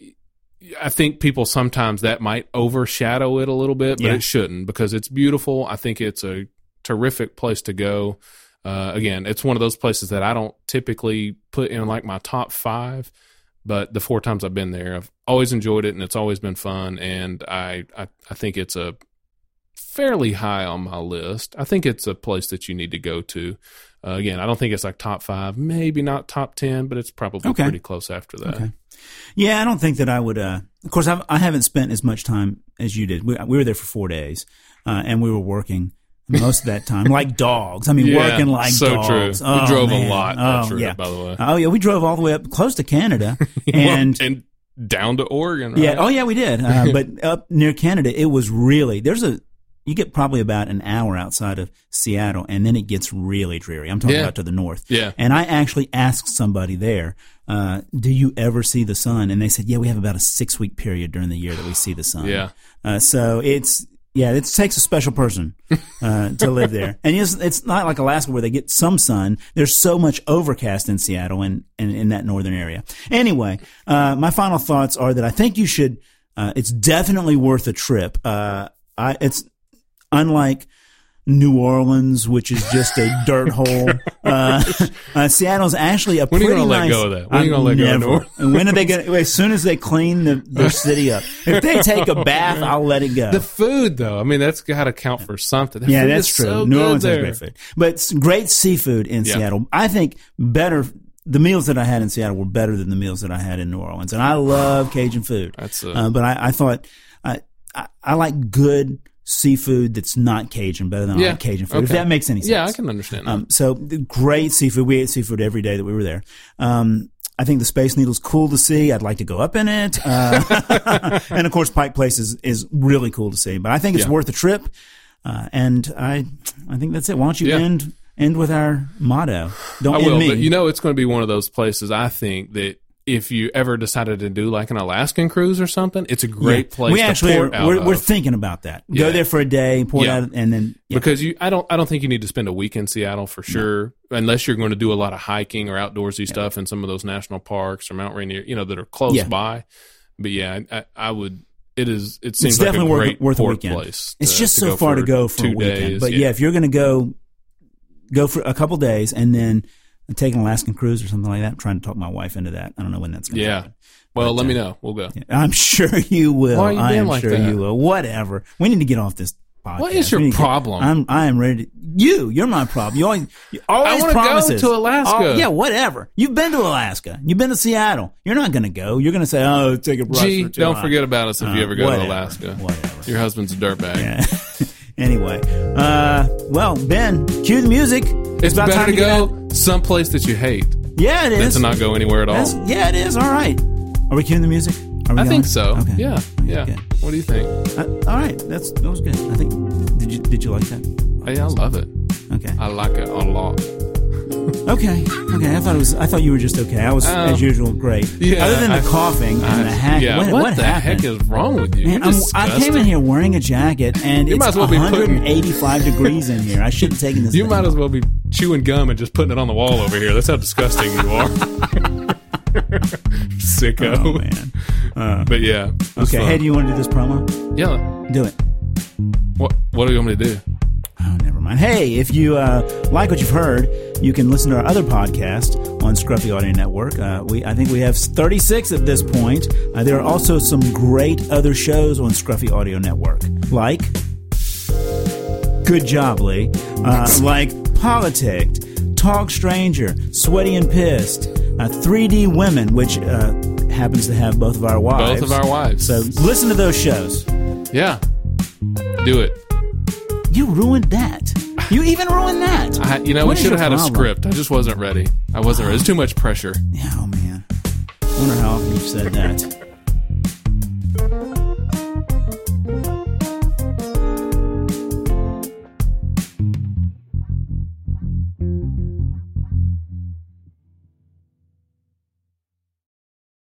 Speaker 3: I think people sometimes that might overshadow it a little bit, but
Speaker 2: Yeah.
Speaker 3: it shouldn't because it's beautiful. I think it's a terrific place to go. Uh, again, it's one of those places that I don't typically put in like my top five, but the four times I've been there, I've always enjoyed it and it's always been fun. And I, I, I think it's a fairly high on my list. I think it's a place that you need to go to. Uh, again, I don't think it's like top five, maybe not top 10, but it's probably
Speaker 2: Okay.
Speaker 3: pretty close after that.
Speaker 2: Okay. Yeah, I don't think that I would. Uh, of course, I've, I haven't spent as much time as you did. We, we were there for four days, uh, and we were working most of that time, like dogs. I mean,
Speaker 3: Yeah,
Speaker 2: working like
Speaker 3: so
Speaker 2: dogs.
Speaker 3: true.
Speaker 2: Oh,
Speaker 3: we drove
Speaker 2: man.
Speaker 3: a lot.
Speaker 2: Oh,
Speaker 3: That's true,
Speaker 2: yeah.
Speaker 3: by the way.
Speaker 2: Oh yeah, we drove all the way up close to Canada, and
Speaker 3: Well, and down to Oregon. Right?
Speaker 2: yeah, oh yeah, we did. Uh, but up near Canada, it was really there's a you get probably about an hour outside of Seattle, and then it gets really dreary. I'm talking
Speaker 3: Yeah.
Speaker 2: about to the north.
Speaker 3: Yeah.
Speaker 2: And I actually asked somebody there, uh, "Do you ever see the sun?" And they said, "Yeah, we have about a six week period during the year that we see the sun."
Speaker 3: Yeah.
Speaker 2: Uh, so it's yeah, it takes a special person uh, to live there, and it's, it's not like Alaska where they get some sun. There's so much overcast in Seattle and, and in that northern area. Anyway, uh, my final thoughts are that I think you should. Uh, it's definitely worth a trip. Uh, I, it's unlike New Orleans, which is just a dirt hole. Uh, uh, Seattle's actually a
Speaker 3: Oh, are
Speaker 2: pretty
Speaker 3: you gonna let
Speaker 2: nice.
Speaker 3: go of that? When are
Speaker 2: I'm
Speaker 3: you gonna let go of
Speaker 2: never-
Speaker 3: New Orleans?
Speaker 2: And when are they going? As soon as they clean the, their city up, if they take a bath, I'll let it go.
Speaker 3: The food, though, I mean, that's got to count for something. The
Speaker 2: yeah,
Speaker 3: food
Speaker 2: that's
Speaker 3: is
Speaker 2: true.
Speaker 3: So
Speaker 2: New
Speaker 3: good
Speaker 2: Orleans
Speaker 3: there.
Speaker 2: has great food, but s- great seafood in
Speaker 3: Yeah.
Speaker 2: Seattle. I think better. The meals that I had in Seattle were better than the meals that I had in New Orleans, and I love Cajun food.
Speaker 3: That's a-
Speaker 2: uh, but I, I thought I, I I like good seafood that's not Cajun better than I
Speaker 3: Yeah,
Speaker 2: like Cajun food. If
Speaker 3: okay.
Speaker 2: that makes any sense.
Speaker 3: Yeah, I can understand that.
Speaker 2: Um, so the great seafood. We ate seafood every day that we were there. Um, I think the Space Needle's cool to see. I'd like to go up in it. Uh, and of course, Pike Place is, is really cool to see. But I think it's
Speaker 3: Yeah.
Speaker 2: worth a trip. Uh, and I, I think that's it. Why don't you
Speaker 3: Yeah.
Speaker 2: end end with our motto? Don't
Speaker 3: I
Speaker 2: end
Speaker 3: will,
Speaker 2: me.
Speaker 3: but you know, it's going to be one of those places. I think that if you ever decided to do like an Alaskan cruise or something, it's a great
Speaker 2: Yeah.
Speaker 3: place.
Speaker 2: We actually
Speaker 3: to
Speaker 2: are,
Speaker 3: port out
Speaker 2: we're, we're
Speaker 3: of.
Speaker 2: thinking about that. Go
Speaker 3: Yeah.
Speaker 2: there for a day, pour
Speaker 3: Yeah.
Speaker 2: it out, and then yeah.
Speaker 3: because you I don't I don't think you need to spend a week in Seattle for sure unless you're going to do a lot of hiking or outdoorsy stuff in some of those national parks or Mount Rainier you know that are close
Speaker 2: Yeah.
Speaker 3: by. But yeah, I, I would. It is. It seems
Speaker 2: it's
Speaker 3: like
Speaker 2: definitely
Speaker 3: a
Speaker 2: worth,
Speaker 3: great
Speaker 2: worth a
Speaker 3: port
Speaker 2: weekend.
Speaker 3: place.
Speaker 2: it's
Speaker 3: to-
Speaker 2: just
Speaker 3: to
Speaker 2: so far to go for a
Speaker 3: two
Speaker 2: weekend.
Speaker 3: days.
Speaker 2: but yeah. if you're going to go, go for a couple days and then take an Alaskan cruise or something like that. I'm trying to talk my wife into that. I don't know when that's going to
Speaker 3: Yeah.
Speaker 2: happen.
Speaker 3: well,
Speaker 2: but,
Speaker 3: let
Speaker 2: uh,
Speaker 3: me know. We'll go.
Speaker 2: Yeah. I'm sure you will.
Speaker 3: Why are you
Speaker 2: I
Speaker 3: being
Speaker 2: am
Speaker 3: like
Speaker 2: sure
Speaker 3: that?
Speaker 2: you will. Whatever. We need to get off this. Podcast.
Speaker 3: What is your
Speaker 2: We need to get-
Speaker 3: problem?
Speaker 2: I'm I am ready. To, you you're my problem. You always you always
Speaker 3: wanna go
Speaker 2: promises
Speaker 3: to Alaska.
Speaker 2: Oh, yeah, whatever. You've been to Alaska. You've been to Seattle. You're not going to go. You're going to say, "Oh, take a rush
Speaker 3: Gee,
Speaker 2: for
Speaker 3: don't
Speaker 2: July."
Speaker 3: forget about us if you
Speaker 2: Uh,
Speaker 3: ever go
Speaker 2: whatever.
Speaker 3: to Alaska.
Speaker 2: Whatever.
Speaker 3: Your husband's a dirtbag.
Speaker 2: Yeah. anyway, uh, well, Ben, cue the music.
Speaker 3: It's
Speaker 2: about
Speaker 3: better
Speaker 2: time
Speaker 3: to
Speaker 2: get out.
Speaker 3: go someplace that you hate
Speaker 2: Yeah, it
Speaker 3: than
Speaker 2: is.
Speaker 3: to not go anywhere at all.
Speaker 2: That's- yeah, it is. All right. Are we cueing the music? Are we
Speaker 3: I
Speaker 2: going?
Speaker 3: think so.
Speaker 2: Okay.
Speaker 3: Yeah,
Speaker 2: Okay,
Speaker 3: yeah.
Speaker 2: good.
Speaker 3: What do you think?
Speaker 2: Uh, all right. That's that was good. I think. Did you did you like that?
Speaker 3: I, I love it.
Speaker 2: Okay.
Speaker 3: I like it a lot.
Speaker 2: Okay. Okay. I thought it was. I thought you were just okay. I was
Speaker 3: Oh.
Speaker 2: as usual great.
Speaker 3: Yeah,
Speaker 2: Other than the
Speaker 3: I-
Speaker 2: coughing
Speaker 3: I-
Speaker 2: and the hack.
Speaker 3: yeah,
Speaker 2: what,
Speaker 3: what,
Speaker 2: what
Speaker 3: the
Speaker 2: happened?
Speaker 3: heck is wrong with you?
Speaker 2: Man,
Speaker 3: You're
Speaker 2: I'm, I came in
Speaker 3: disgusting.
Speaker 2: here wearing a jacket, and
Speaker 3: You
Speaker 2: it's
Speaker 3: might as well be putting-
Speaker 2: 185 degrees in here. I should have taken this.
Speaker 3: You
Speaker 2: thing
Speaker 3: might
Speaker 2: off.
Speaker 3: as well be chewing gum and just putting it on the wall over here. That's how disgusting you are, sicko.
Speaker 2: Oh man.
Speaker 3: But yeah, it was
Speaker 2: Okay.
Speaker 3: fun.
Speaker 2: Hey, do you want to do this promo?
Speaker 3: yeah.
Speaker 2: Do it.
Speaker 3: What What do you want me to do?
Speaker 2: Oh, never mind. Hey, if you uh, like what you've heard, you can listen to our other podcast on Scruffy Audio Network. Uh, we, I think we have 36 at this point. Uh, there are also some great other shows on Scruffy Audio Network, like Good Job Lee, uh, like Politicked, Talk Stranger, Sweaty and Pissed, uh, 3D Women, which uh, happens to have both of our wives.
Speaker 3: Both of our wives.
Speaker 2: So listen to those shows.
Speaker 3: yeah, do it.
Speaker 2: You ruined that. You even ruined that.
Speaker 3: I, you know,
Speaker 2: What
Speaker 3: we
Speaker 2: is
Speaker 3: should have
Speaker 2: your
Speaker 3: had
Speaker 2: problem?
Speaker 3: a script. I just wasn't ready. I wasn't ready. It's too much pressure.
Speaker 2: Yeah, Oh man, wonder how often you've said that.